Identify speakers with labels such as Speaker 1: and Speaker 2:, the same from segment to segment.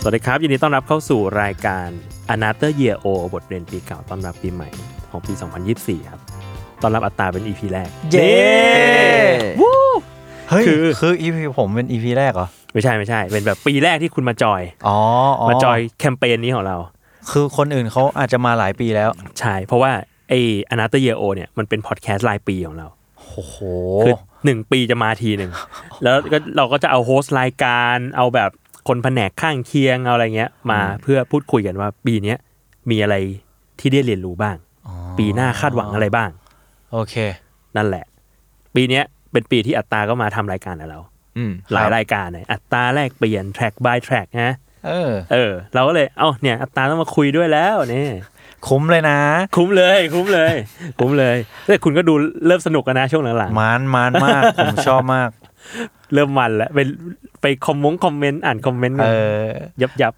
Speaker 1: สวัสดีครับ ยินดีต้อนรับเข้าสู่รายการ a n a t h e r Year O บทเรียนปีเก่าต้อนรับปีใหม่ของปี 2024 ครับ ต้อนรับอัตราเป็น EP แรก
Speaker 2: เย้
Speaker 1: วู้
Speaker 2: เฮ้ย
Speaker 1: คื
Speaker 2: คือ อคืออีพีผมเป็นอีพีแรกเหรอ
Speaker 1: ไม่ใช่ไม่ใช่ เป็นแบบปีแรกที่คุณมาจอย
Speaker 2: อ๋ออ๋อ
Speaker 1: มาจอยแคมเปญนี้ของเรา
Speaker 2: คือคนอื่นเขาอาจจะมาหลายปีแล้ว
Speaker 1: ใช่ เพราะว่าไอ a n a t h e r Year O เนี่ยมันเป็นพอดแคสต์รายปีของเรา
Speaker 2: โอ้โห
Speaker 1: คือหนึ่งปีจะมาที หนึ่ง แล้วก็เราก็จะเอาโฮสต์รายการเอาแบบคนแผนกข้างเคียงเอาอะไรเงี้ย มาเพื่อพูดคุยกันว่าปีเนี้ยมีอะไรที่ได้เรียนรู้บ้าง ปีหน้าคาดหวังอะไรบ้าง
Speaker 2: โอเค
Speaker 1: นั่นแหละ ปีเนี้ยเป็นปีที่อัตตราก็มาทำรายการกับเรา
Speaker 2: อืม
Speaker 1: หลาย
Speaker 2: ครับ
Speaker 1: รายการเลยอัตราแลกเปลี่ยน track by track นะ
Speaker 2: เออ
Speaker 1: เออ เราก็เลยเอ้าเนี่ยอัตราต้องมาคุยด้วยแล้วเนี่ย
Speaker 2: คุ้มเลยนะ
Speaker 1: คุ้มเลย คุ้มเลย คุ้มเลยแต่คุณก็ดูเริ่มสนุกกันนะช่วงหลังๆ
Speaker 2: มานมานมาก ผมชอบมาก
Speaker 1: เริ่มมันแล้วไปไปคอมมงคอมเมนต์อ่านคอมเมนต์
Speaker 2: เออ
Speaker 1: ยับยับ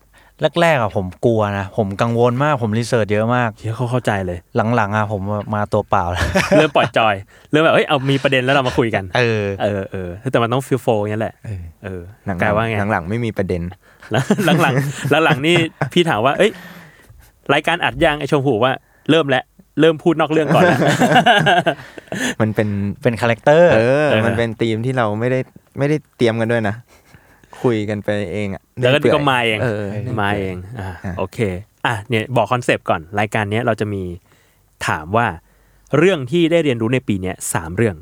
Speaker 2: แรกๆอ่ะผมกลัวนะ ผมกังวลมาก ผมรีเสิร์ชเยอะมาก
Speaker 1: เดี๋ยวเขาเข้าใจเลย
Speaker 2: หลังๆอ่ะผมมาตัวเปล่าแล้ว
Speaker 1: เริ่มปล่อยจอย เริ่มแบบเอ้ยเอามีประเด็นแล้วเรามาคุยกัน
Speaker 2: เออ
Speaker 1: เออเออแต่มันต้องฟิลโฟงี้ยแหละ
Speaker 3: เออ
Speaker 1: เออ
Speaker 3: หนัง
Speaker 1: กลายว่าไง
Speaker 3: หนังหลังไม่มีประเด็น
Speaker 1: หลังหลังหลังหลังนี่พี่ถามว่า เอ้ยรายการอัดยังไอชมพูว่าเริ่มแล้วเริ่มพูดนอกเรื่องก่อนแล้ว
Speaker 3: มัน เป็น
Speaker 2: เป็นคาแรคเตอร์
Speaker 3: เออ
Speaker 1: เออ
Speaker 3: มันเป็นธีมที่เราไม่ได้ไม่ได้เตรียมกันด้วยนะ คุยกันไปเองอะ
Speaker 1: แล้วก็ก็
Speaker 3: เรื่อยเปื่อย
Speaker 1: มาเอง
Speaker 3: เออ
Speaker 1: มาเองอ่า
Speaker 3: อ่ะ
Speaker 1: โอเค อ่ะเนี่ยบอกคอนเซปต์ก่อนรายการเนี้ยเราจะมีถามว่า เรื่องที่ได้เรียนรู้ในปีเนี้ยสามเรื่อง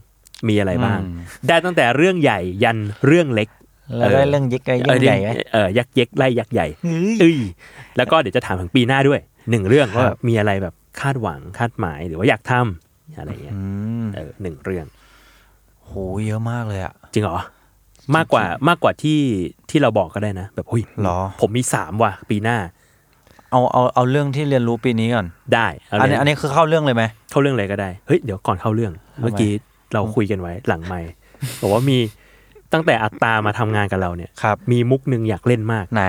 Speaker 1: มีอะไรบ้าง
Speaker 2: อืม
Speaker 1: ได้ตั้งแต่เรื่องใหญ่ยันเรื่องเล็ก
Speaker 2: แล้วได้เรื่องยิกไอ้ยิ่งใหญ่ไหม
Speaker 1: เออเออยักษ์เย็กไล่ยักษ์ใหญ่เอ้ยแล้วก็เดี๋ยวจะถามถึงปีหน้าด้วยหนึ่งเรื่องว่าแบบมีอะไรแบบคาดหวังคาดหมายหรือว่าอยากทำอะไรอย่างเงี้ย
Speaker 2: อืม
Speaker 1: เออหนึ่งเรื่อง
Speaker 2: โห เยอะมากเลยอ่ะ
Speaker 1: จริงเหรอมากกว่ามากกว่าที่ที่เราบอกก็ได้นะ แบบเฮ้ย
Speaker 2: หรอ
Speaker 1: ผมมีสามว่ะปีหน้า
Speaker 2: เอาเอาเอาเรื่องที่เรียนรู้ปีนี้ก่อน
Speaker 1: ได้เอา
Speaker 2: อัน
Speaker 1: เล
Speaker 2: นี้
Speaker 1: ย
Speaker 2: อันนี้คือเข้าเรื่องเลยไหม
Speaker 1: เข้าเรื่องอะไรก็ได้เฮ้ยเดี๋ยวก่อนเข้าเรื่อง เมื่อกี้เราคุยกันไว้หลังไม่บอกว่ามีตั้งแต่อัตตามาทำงานกับเราเนี่ย
Speaker 2: ครับ
Speaker 1: มีมุกหนึ่งอยากเล่นมาก
Speaker 2: ไหน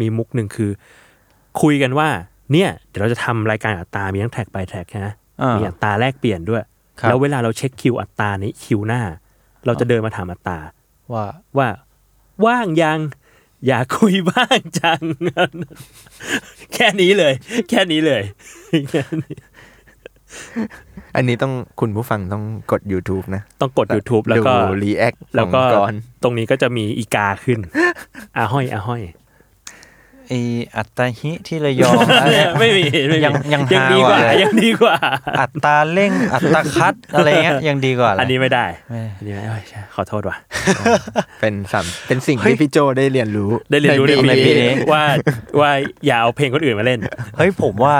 Speaker 1: มีมุกหนึ่งคือ คุยกันว่า เนี่ย เดี๋ยวเราจะทำรายการอัตรา มีทั้งแท็กไปแท็กนะ
Speaker 2: อ่ามี
Speaker 1: มีอัตราแลกเปลี่ยนด้วย
Speaker 2: ครับ
Speaker 1: แล้วเวลาเราเช็คคิวอัตราในคิวหน้า เราจะเดินมาถามอัตรา
Speaker 2: ว่า
Speaker 1: ว่า ว่างยัง อยากคุยบ้างจัง แค่นี้เลย แค่นี้เลย แค่นี้
Speaker 3: อันนี้ต้องคุณผู้ฟังต้องกด YouTube นะ
Speaker 1: ต้องกด YouTube แล้วก็
Speaker 3: รีแอค
Speaker 1: แล้วก็
Speaker 3: ก่อน
Speaker 1: ตรงนี้ก็จะมีอีกา ขึ้นอาห้อยอาห้อย
Speaker 2: ไออัตตาหิที่ระย อง
Speaker 1: ไม่มีไม่มี
Speaker 2: ยังยัง
Speaker 1: ยังดีกว่า
Speaker 2: หาว่ะ
Speaker 1: ยังดีกว่า
Speaker 2: อัตราเร่ง อัตราคัดอะไรเงี้ยยังดีกว่าเลย
Speaker 1: อันนี้ไม่ได้
Speaker 2: ไม่
Speaker 1: อันนี้ไม่เอ้ยขอโทษว่ะ
Speaker 3: เป็นสามเป็นสิ่ง
Speaker 2: เฮ้ย
Speaker 3: ที่พี่โจได้เรียนรู้
Speaker 1: ได้เรียนรู้ใน
Speaker 2: ในปี
Speaker 1: ปี
Speaker 2: นี้
Speaker 1: นี้ว่าว่าอย่าเอาเพลงคนอื่นมาเล่น
Speaker 2: เฮ้ยผมว่า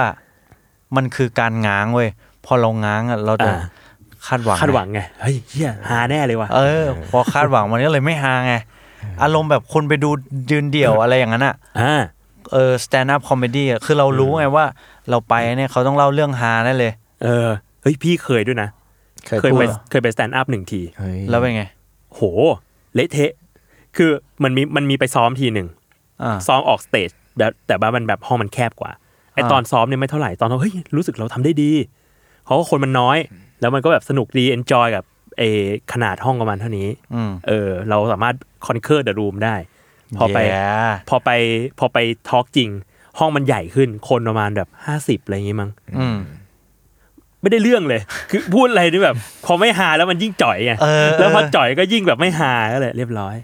Speaker 2: มันคือการง้างเว้ยพอเราง้างอะเราจะ
Speaker 1: อ่า
Speaker 2: คาดหวัง
Speaker 1: คาดหวังไง เฮ้ยเฮียหาแน่เลยว่ะ
Speaker 2: เออ พอคาดหวังมันก็เลยไม่ฮาไง อารมณ์แบบคนไปดูยืนเดี่ยวอะไรอย่างนั้นอะ
Speaker 1: อ่า
Speaker 2: เออสแตนด์อัพคอมเมดี้คือเรารู้ไงว่าเราไปเนี่ยเขาต้องเล่าเรื่องฮาแน่เลย
Speaker 1: เออเฮ้ยพี่เคยด้วยนะ เคย
Speaker 3: พูด
Speaker 1: ไป
Speaker 3: หรอ
Speaker 1: เคยไปสแตนด์อัพหนึ่งที
Speaker 3: เฮ้ย
Speaker 2: แล้วเป็นไง
Speaker 1: โห เละเทะ คือมันมีมันมีไปซ้อมทีหนึ่ง
Speaker 2: อ่า
Speaker 1: ซ้อมออกสเตจแต่แต่ว่ามันแบบห้องมันแคบกว่า ไอ
Speaker 2: อ่า
Speaker 1: ตอนซ้อมเนี่ยไม่เท่าไหร่ ตอนเราเฮ้ยรู้สึกเราทำได้ดี เพราะว่าคนมันน้อย แล้วมันก็แบบสนุกดี เอนจอยกับ เออขนาดห้องประมาณเท่านี้
Speaker 2: อืม
Speaker 1: เออ เราสามารถคอนเคอร์เดอะรูมได้ พอไป
Speaker 2: แย่
Speaker 1: พอไปพอไปทอล์กจริง ห้องมันใหญ่ขึ้นคนประมาณแบบห้าสิบอะไรอย่างงี้มั้ง
Speaker 2: อืม
Speaker 1: ไม่ได้เรื่องเลย คือพูดอะไรนี่แบบ พอไม่หาแล้วมันยิ่งจ่อยไง
Speaker 2: เออ
Speaker 1: แล้วพอจ่อยก็ยิ่งแบบไม่หาก็เลยเรียบร้อย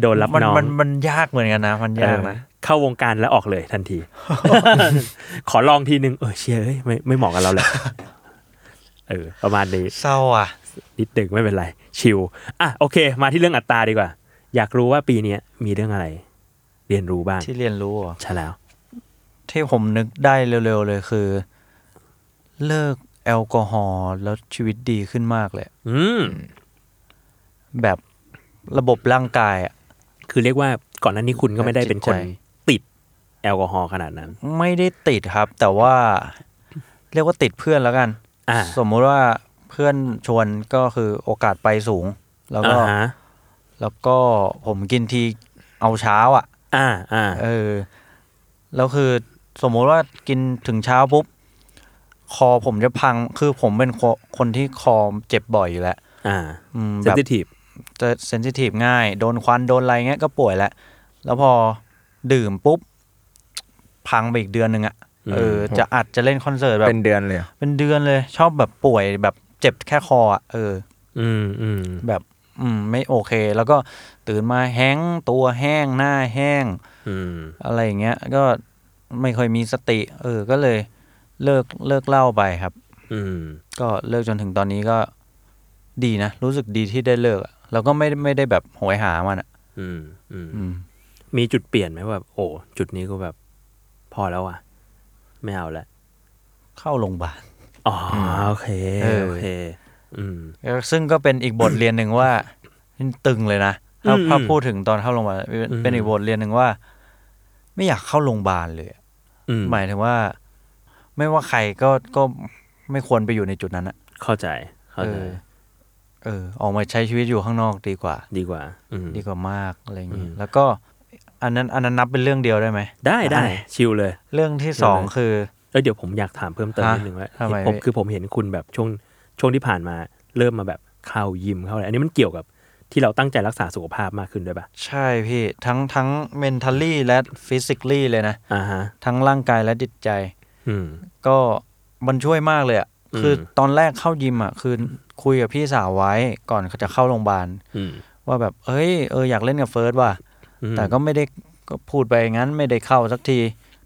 Speaker 1: โดนรับ
Speaker 2: มัน
Speaker 1: น้อง
Speaker 2: มันมันยากเหมือนกันนะ มันยากนะ
Speaker 1: เออเข้าวงการแล้วออกเลยทันที ขอลองทีนึงเออเชียเอ้ยไม่ไม่เหมาะกับเราแหละเออ ประมาณนี้
Speaker 2: เศร้าอ่ะ
Speaker 1: นิดหนึ่งไม่เป็นไร ชิลอ่ะโอเค มาที่เรื่องอัตราดีกว่า อยากรู้ว่าปีเนี้ยมีเรื่องอะไร เรียนรู้บ้าง
Speaker 2: ที่เรียนรู้เหรอ่ะ
Speaker 1: ใช่แล้ว
Speaker 2: ที่ผมนึกได้เร็วๆเลยคือ เลิกแอลกอฮอล์แล้วชีวิตดีขึ้นมากเลย
Speaker 1: อืม
Speaker 2: แบบระบบร่างกายอ่ะ
Speaker 1: คือเรียกว่าก่อนหน้านี้คุณก็ไม่ได้เป็นคน
Speaker 2: จิตใจ
Speaker 1: ติดแอลกอฮอล์ขนาดนั้น
Speaker 2: ไม่ได้ติดครับ แต่ว่า เรียกว่าติดเพื่อนแล้วกัน
Speaker 1: อ่า
Speaker 2: สมมุติว่าเพื่อนชวนก็คือโอกาสไปสูง แล้ว
Speaker 1: อ่า
Speaker 2: ก็
Speaker 1: ฮะ
Speaker 2: แล้วก็ผมกินทีเอาเช้าอ่ะ
Speaker 1: อ่าอ่า
Speaker 2: เออ แล้วคือสมมุติว่ากินถึงเช้าปุ๊บ คอผมจะพัง คือผมเป็นคอคนที่คอเจ็บบ่อยอยู่แล้ว
Speaker 1: อ่า
Speaker 2: อืม
Speaker 1: เซ
Speaker 2: แบ
Speaker 1: น
Speaker 2: บ
Speaker 1: ซิทีฟ
Speaker 2: จะเซนซิทีฟง่าย โดนควันโดนอะไรเงี้ยก็ป่วยแล้ว แล้วพอดื่มปุ๊บ พังไปอีกเดือนหนึ่งอะ่ะ เออ จะอัดจะเล่นคอนเสิร์ตแบบ
Speaker 3: เป็นเดือนเลยเหรอ
Speaker 2: เป็นเดือนเลย ชอบแบบป่วยแบบเจ็บแค่คออ่ะ เออ
Speaker 1: อืมอืม
Speaker 2: แบบ อืม ไม่โอเค แล้วก็ตื่นมาแห้งก์ตัวแห้งหน้าแห้ง
Speaker 1: อืม
Speaker 2: อะไรอย่างเงี้ยก็ไม่ค่อยมีสติ เออ ก็เลยเลิกเลิกเหล่าไปครับ
Speaker 1: อืม
Speaker 2: ก็เลิกจนถึงตอนนี้ก็ดีนะ รู้สึกดีที่ได้เลิกอะแล้วก็ไม่ไม่ได้แบบโหยหามันอะ
Speaker 1: อืมอืม
Speaker 2: อืม
Speaker 1: มีจุดเปลี่ยนไหมว่าแบบโอ้จุดนี้ก็แบบ พอแล้วอ่ะ ไม่เอาละ
Speaker 2: เข้าโรงพยาบาล
Speaker 1: อ๋ออโอเค
Speaker 2: เออ
Speaker 1: โอเค อืม
Speaker 2: ซึ่งก็เป็นอีกบทเรียนหนึ่งว่าตึงเลยนะถ้า
Speaker 1: อืม
Speaker 2: ถ้าพูดถึงตอนเข้าโรงพยาบาลเป็น
Speaker 1: อืม
Speaker 2: เป็นอีกบทเรียนหนึ่งว่า ไม่อยากเข้าโรงพยาบาลเลยอะ
Speaker 1: อืม
Speaker 2: หมายถึงว่า ไม่ว่าใครก็ก็ไม่ควรไปอยู่ในจุดนั้นอะ
Speaker 1: เข้าใจเข้า
Speaker 2: เอ
Speaker 1: ใจ
Speaker 2: อ เออ ออกมาใช้ชีวิตอยู่ข้างนอกดีกว่า
Speaker 1: ดีกว่า อืม
Speaker 2: ดีกว่ามากอะไรอย่างนี้
Speaker 1: อืม
Speaker 2: แล้วก็อันนั้นอันนั้นนับเป็นเรื่องเดียวได้ไหม
Speaker 1: ได้ได้
Speaker 2: ได้
Speaker 1: ชิลเลย
Speaker 2: เรื่องที่สองคือ
Speaker 1: เอ้ยเดี๋ยวผมอยากถามเพิ่มเติม
Speaker 2: ฮะ
Speaker 1: นิดนึงว่า
Speaker 2: ทำไม
Speaker 1: ผม
Speaker 2: พี่
Speaker 1: คือผมเห็นคุณแบบช่วงช่วงที่ผ่านมา เริ่มมาแบบเข้ายิมเข้าอะไรอันนี้มันเกี่ยวกับที่เราตั้งใจรักษาสุขภาพมากขึ้นด้วยป่ะ
Speaker 2: ใช่พี่ ทั้งทั้ง mentally และ physically เลยนะ
Speaker 1: อ่าฮะ
Speaker 2: ทั้งร่างกายและจิตใจ
Speaker 1: อืม
Speaker 2: ก็มันช่วยมากเลยอะ่ะ
Speaker 1: อืม
Speaker 2: คือตอนแรกเข้ายิมอะ่ะคือคุยกับพี่สาวไว้ก่อนเขาจะเข้าโรงพยาบาล
Speaker 1: อืม
Speaker 2: ว่าแบบเอ้ยเอออยากเล่นกับเฟิร์สว่ะ
Speaker 1: อืม
Speaker 2: แต่ก็ไม่ได้ก็พูดไปงั้นไม่ได้เข้าสักที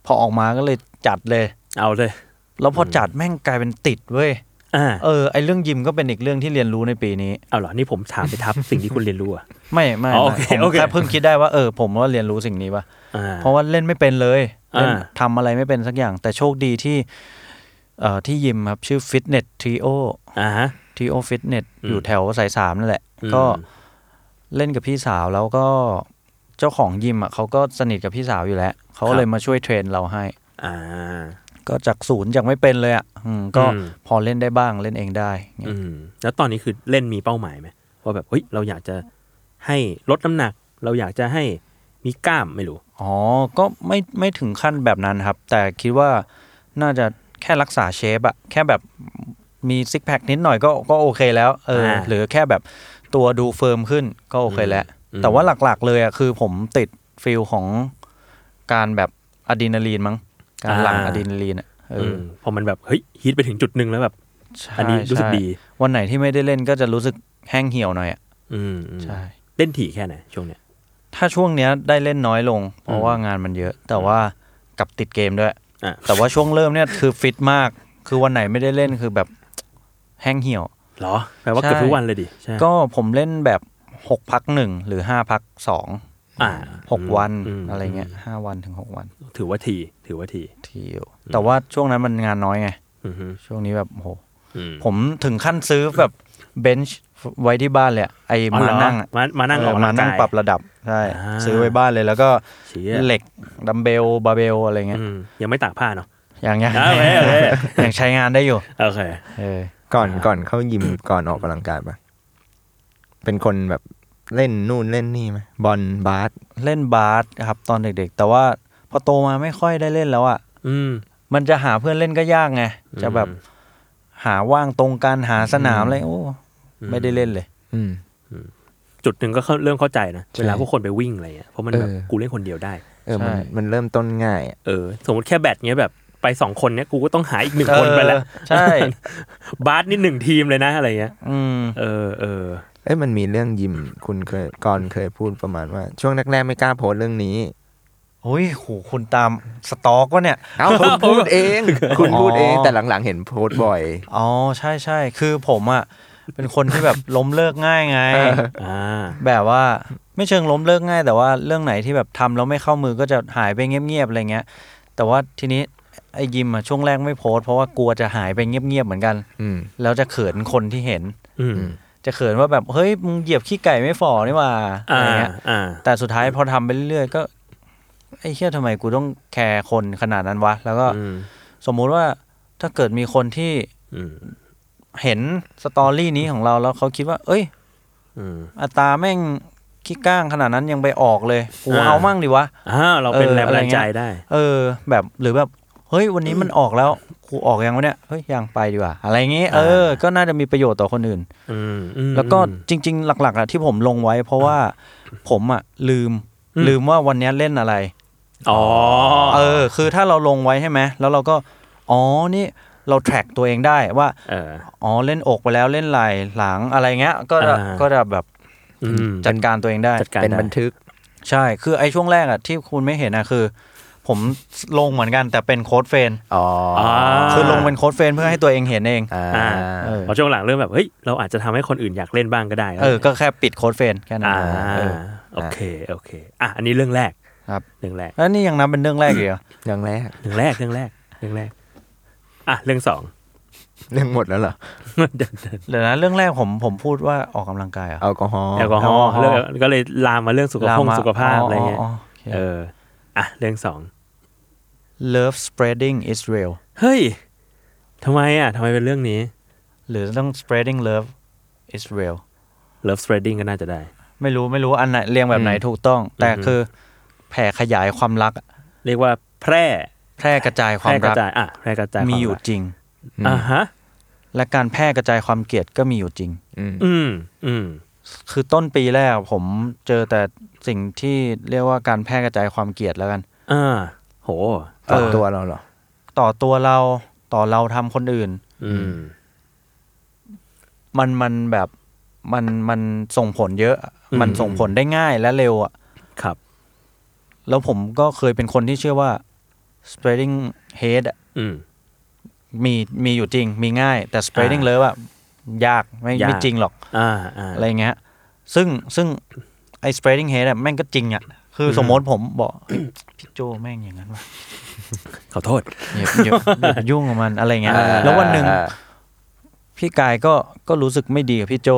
Speaker 2: พอออกมาก็เลยจัดเลย
Speaker 1: เอาเลย
Speaker 2: แล้วพอจัดแม่งกลายเป็นติดเว้ย
Speaker 1: อ่า
Speaker 2: เออไอเรื่องยิมก็เป็นอีกเรื่องที่เรียนรู้ในปีนี้
Speaker 1: เอาเหรอนี่ผมถามไปทับ สิ่งที่คุณเรียนรู้อ่ะ
Speaker 2: ไม่ไม่
Speaker 1: อ๋อโอ
Speaker 2: ไม่
Speaker 1: เค
Speaker 2: ผม
Speaker 1: โอเค
Speaker 2: แค่เพิ่งคิดได้ว่าเออผมว่าเรียนรู้สิ่งนี้ว่ะ
Speaker 1: อ่า
Speaker 2: เพราะว่าเล่นไม่เป็นเลย
Speaker 1: อ่า
Speaker 2: เล่นทำอะไรไม่เป็นสักอย่าง แต่โชคดีที่เอ่อที่ยิมครับ ชื่อ Fitness Trio
Speaker 1: อ่าฮะ
Speaker 2: Trio Fitness
Speaker 1: อืม
Speaker 2: อยู่แถวสายสามนั่นแหละ
Speaker 1: อืม
Speaker 2: ก็เล่นกับพี่สาวแล้วก็เจ้าของยิมอ่ะเขาก็สนิทกับพี่สาวอยู่แล้ว เขาก็เลยมาช่วยเทรนเราให้
Speaker 1: อ่า
Speaker 2: ก็จากศูนย์จากไม่เป็นเลยอ่ะอืมก็
Speaker 1: อืม
Speaker 2: พอเล่นได้บ้างเล่นเองได้เงี้ย
Speaker 1: อืม แล้วตอนนี้คือเล่นมีเป้าหมายไหมว่าแบบเฮ้ยเราอยากจะให้ลดน้ำหนัก เราอยากจะให้มีกล้ามไม่รู้
Speaker 2: อ๋อ ก็ไม่ไม่ถึงขั้นแบบนั้นครับ แต่คิดว่าน่าจะแค่รักษาเชฟอะแค่แบบมีซิกแพคนิดหน่อยก็ก็โอเคแล้วเออ
Speaker 1: อ่า
Speaker 2: หรือแค่แบบตัวดูเฟิร์มขึ้นก็โอเคแล้ว
Speaker 1: อืม
Speaker 2: แต่ว่าหลักๆเลยอะคือผมติดฟิลของการแบบอะดรีนาลีนมั้งการหลั่งอะดรีนาลีนอะเออ
Speaker 1: ม
Speaker 2: อ
Speaker 1: พอมันแบบเฮ้ยฮิตไปถึงจุดหนึ่งแล้วแบบ
Speaker 2: ใช่
Speaker 1: อันนี้รู้สึกดี
Speaker 2: ใช่วันไหนที่ไม่ได้เล่นก็จะรู้สึกแห้งเหี่ยวหน่อยอะ
Speaker 1: อืมอืม
Speaker 2: ใช่
Speaker 1: เล่นถี่แค่ไหนช่วงเนี้ย
Speaker 2: ถ้าช่วงเนี้ยได้เล่นน้อยลง เพ
Speaker 1: อื
Speaker 2: ราะ
Speaker 1: ม
Speaker 2: ว่างานมันเยอะ แต่ว่ากลับติดเกมด้วย
Speaker 1: อ่ะ
Speaker 2: แต่ว่าช่วงเริ่มเนี่ยคือฟิตมาก คือวันไหนไม่ได้เล่นคือแบบแห้งเหี่ยว
Speaker 1: เหรอแปลว่าเกือบ
Speaker 2: ใช่
Speaker 1: ทุกวันเลยดิใช่
Speaker 2: ก็ผมเล่นแบบหกพักหนึ่งหรือห้าพักสอง
Speaker 1: อ่า
Speaker 2: หกวัน
Speaker 1: ม
Speaker 2: อะไรเงี้ยห้าวันถึงหกวัน
Speaker 1: ถือว่าทีถือว่าที
Speaker 2: ทีเดียวแต่ว่าช่วงนั้นมันงานน้อยไง
Speaker 1: อือฮึ
Speaker 2: ช่วงนี้แบบโห
Speaker 1: อืม
Speaker 2: ผมถึงขั้นซื้อแบบเบนช์ไว้ที่บ้านเลยอะไอ้
Speaker 1: อ๋อ
Speaker 2: มา
Speaker 1: เหรอ
Speaker 2: นั่งอะ
Speaker 1: มามานั่งออ
Speaker 2: เออก
Speaker 1: กำ
Speaker 2: มา
Speaker 1: ลัง
Speaker 2: นั่
Speaker 1: กาง ย
Speaker 2: ปรับระดับใช่
Speaker 1: อ่า
Speaker 2: ซื้อไว้บ้านเลยแล้วก็
Speaker 1: เชี่ย
Speaker 2: เหล็กดัมเบลบาร์เบลอะไรเงี้ย
Speaker 1: อืมยังไม่ตากผ้าเนาะ
Speaker 2: อย่างเงี้ย
Speaker 1: อ่าโอเคโอเค
Speaker 2: ยังใช้งานได้อยู่
Speaker 1: โอเค
Speaker 2: เออ
Speaker 3: ก่อนก่อนเข้ายิม ก่อนออกกำลังกายปะเป็นคนแบบเล่นนู่นเล่นนี่ไหมบอลบาส
Speaker 2: เล่นบาสครับตอนเด็กๆ แต่ว่าพอโตมาไม่ค่อยได้เล่นแล้วอะ่ะ
Speaker 1: อืม
Speaker 2: มันจะหาเพื่อนเล่นก็ยากไง จะแบบหาว่างตรงกันหาสนามอะไรโอ้
Speaker 1: อืม
Speaker 2: ไม่ได้เล่นเลย
Speaker 3: อืม
Speaker 1: จุดหนึ่งก็เข้าเริ่มเข้าใจนะ
Speaker 3: ใช่
Speaker 1: เวลาพวกคนไปวิ่งอะไรเงี้ยเพราะมันแบบ
Speaker 3: เออ
Speaker 1: กูเล่นคนเดียวได้
Speaker 3: เออมัน
Speaker 2: ใช่
Speaker 3: มันเริ่มต้นง่ายอะ
Speaker 1: เออ สมมติแค่แบตเงี้ยแบบไปสองคนเนี้ยกูก็ต้องหาอีกหนึ่งคนไปแล้ว
Speaker 2: เออใช่
Speaker 1: บาสนี่หนึ่งทีมเลยนะอะไรเงี้ย
Speaker 2: อืม
Speaker 1: เออเออ
Speaker 3: เอ้ยมันมีเรื่องยิมคุณเคยก่อนเคยพูดประมาณว่า ช่วงแรกๆไม่กล้าโพสต์เรื่องนี้
Speaker 2: โอ้ยโหคุณตามสตอกวะเนี่ย
Speaker 3: เอา คุณพูดเอง คุณพูดเองแต่หลังๆเห็นโพสต์บ่อย
Speaker 2: อ๋อ ใช่ใช่ คือผมอ่ะ เป็นคนที่แบบ ล้มเลิกง่ายไง
Speaker 1: อ่า
Speaker 2: แบบว่าไม่เชิงล้มเลิกง่าย แต่ว่าเรื่องไหนที่แบบทำแล้วไม่เข้ามือก็จะหายไปเงียบๆอะไรเงี้ย แต่ว่าทีนี้ไอ้ยิมอะช่วงแรกไม่โพสต์เพราะว่ากลัวจะหายไปเงียบๆเหมือนกัน
Speaker 3: อืม
Speaker 2: แล้วจะเขินคนที่เห็น
Speaker 1: อืม
Speaker 2: จะเขินว่าแบบเฮ้ยมึงเหยียบขี้ไก่ไม่ฝ่อนี่หว่าอะ
Speaker 1: อ่า
Speaker 2: ไรเงี้ย
Speaker 1: อ่า
Speaker 2: แต่สุดท้ายพอทำไปเรื่อยๆก็ไอ้เฮียทำไมกูต้องแคร์คนขนาดนั้นวะ แล้วก็
Speaker 1: อืม
Speaker 2: สมมุติว่าถ้าเกิดมีคนที่
Speaker 1: อืม
Speaker 2: เห็นสตอรี่นี้ของเราแล้วเขาคิดว่า เอ้ย
Speaker 1: อืม
Speaker 2: อัตราแม่งขี้ก้างขนาดนั้นยังไปออกเลยกู
Speaker 1: อ่า
Speaker 2: เอามั่งดิวะ
Speaker 1: อ่าเราเป็น
Speaker 2: เออ
Speaker 1: แรงบันดาลใจ
Speaker 2: อะไรเงี้ย
Speaker 1: ได้
Speaker 2: เออ แบบหรือแบบเฮ้ยวันนี้มันออกแล้วกูออกยังวะเนี่ยเฮ้ยยังไปดีกว่าอะไรเงี้ยเออก็น่าจะมีประโยชน์ต่อคนอื่น
Speaker 1: อืมอืม
Speaker 2: แล้วก็จริง ๆ หลัก ๆอะที่ผมลงไว้ เพราะว่าผมอะลืม
Speaker 1: อืม
Speaker 2: ลืมว่าวันเนี้ยเล่นอะไร
Speaker 1: อ๋อ
Speaker 2: เออ คือถ้าเราลงไว้ใช่ไหม แล้วเราก็ อ๋อ นี่เราแทร็กตัวเองได้ว่า
Speaker 1: เออ
Speaker 2: อ๋อ เล่นอกไปแล้ว เล่นไหล่หลังอะไรเงี้ย ก็จะ
Speaker 1: อ่า
Speaker 2: ก็จะแบบ
Speaker 1: อืม
Speaker 2: จัดการตัวเองได้
Speaker 1: จัดการ
Speaker 3: เป็น
Speaker 1: ได้
Speaker 3: บันทึก
Speaker 2: ใช่ คือไอ้ช่วงแรกอะที่คุณไม่เห็นอะคือ ผมลงเหมือนกันแต่เป็นโค้ดเฟรน
Speaker 3: อ๋อ
Speaker 1: อ่า
Speaker 2: คือลงเป็นโค้ดเฟรนเพื่อให้ตัวเองเห็นเอง
Speaker 3: อ่า
Speaker 1: อ่า
Speaker 2: เออ
Speaker 1: พอช่วงหลังเริ่มแบบเฮ้ยเราอาจจะทำให้คนอื่นอยากเล่นบ้างก็ได้
Speaker 2: เออ ก็แค่ปิดโค้ดเฟรนแค่นั้น
Speaker 1: อ่า
Speaker 2: เออ
Speaker 1: โอเคโอเคอ่ะอันนี้เรื่องแรก
Speaker 2: ครับ
Speaker 1: เรื่องแรก
Speaker 2: แล้วนี่ยังนับเป็นเรื่องแรกอีกเหรอ
Speaker 3: อย่างแรก
Speaker 1: เรื่องแรกเรื่องแรกเรื่องแรกอ่ะเรื่องสอง
Speaker 3: เรื่องหมดแล้วเหรอ
Speaker 2: เดี๋ยวนะเรื่องแรกผมผมพูดว่าออกกำลังกายเหร
Speaker 3: แอ
Speaker 2: อ่ะ
Speaker 3: ลกอฮอล์
Speaker 1: แอลกอฮอล์
Speaker 2: แอลกอฮอล์
Speaker 1: เรื่องก็เลยลามมาเรื่องสุขภาพสุขภาพอะไรเงี้ยเอออ่ะเรื่องสอง
Speaker 2: เลิฟ spreading is real
Speaker 1: เฮ้ยทำไมอ่ะทำไมเป็นเรื่องนี้
Speaker 2: หรือต้อง spreading love is real
Speaker 1: love spreading ก็น่าจะได้
Speaker 2: ไม่รู้ไม่รู้อันไหนเรียงแบบไหนถูกต้อง แต่
Speaker 1: อือฮึ
Speaker 2: คือแผ่ขยายความรักอะ
Speaker 1: เรียกว่าแพร่
Speaker 2: แพร่กระจายค
Speaker 1: แพ
Speaker 2: วา
Speaker 1: ร่
Speaker 2: ม
Speaker 1: กระ
Speaker 2: รัก
Speaker 1: จายอ่ะแพร่กระจาย
Speaker 2: มีอยู่
Speaker 1: ควารัก
Speaker 2: จริง
Speaker 1: อ่ะฮะ
Speaker 2: และการแพร่กระจายความเกลียดก็มีอยู่จริง
Speaker 3: อืม
Speaker 1: อืมอืม
Speaker 2: คือต้นปีแรกผมเจอแต่สิ่งที่เรียกว่าการแพร่กระจายความเกลียดแล้วกัน
Speaker 1: อ่าโห
Speaker 3: ต่อ
Speaker 2: เออ
Speaker 3: ตัวเราเหรอ
Speaker 2: ต่อตัวเราต่อเราทำคนอื่น
Speaker 1: อืม
Speaker 2: มันมันแบบมันมันส่งผลเยอะ
Speaker 1: อืม
Speaker 2: มันส่งผลได้ง่ายและเร็วอะ
Speaker 1: ครับ
Speaker 2: แล้วผมก็เคยเป็นคนที่เชื่อว่า spreading hate อะ
Speaker 1: อืม
Speaker 2: มีมีอยู่จริง มีง่าย แต่ spreading
Speaker 1: อ่า
Speaker 2: love อะยากไม่
Speaker 1: ยาก
Speaker 2: ไม่จริงหรอก
Speaker 1: อ่าอ่า
Speaker 2: อะไรเงี้ย ซึ่งซึ่งไอ้ spreading hate อะแม่งก็จริงอะคือ
Speaker 1: ม
Speaker 2: สมมติผมบอก พี่โจแม่งอย่างนั้นวะ
Speaker 1: ขอโทษ
Speaker 2: อย่าอย่า อย่ายุ่งกับมันอะไรเงี้ย
Speaker 3: อ่า
Speaker 2: แล้ววันหนึ่งพี่กายก็ก็รู้สึกไม่ดีกับพี่โจ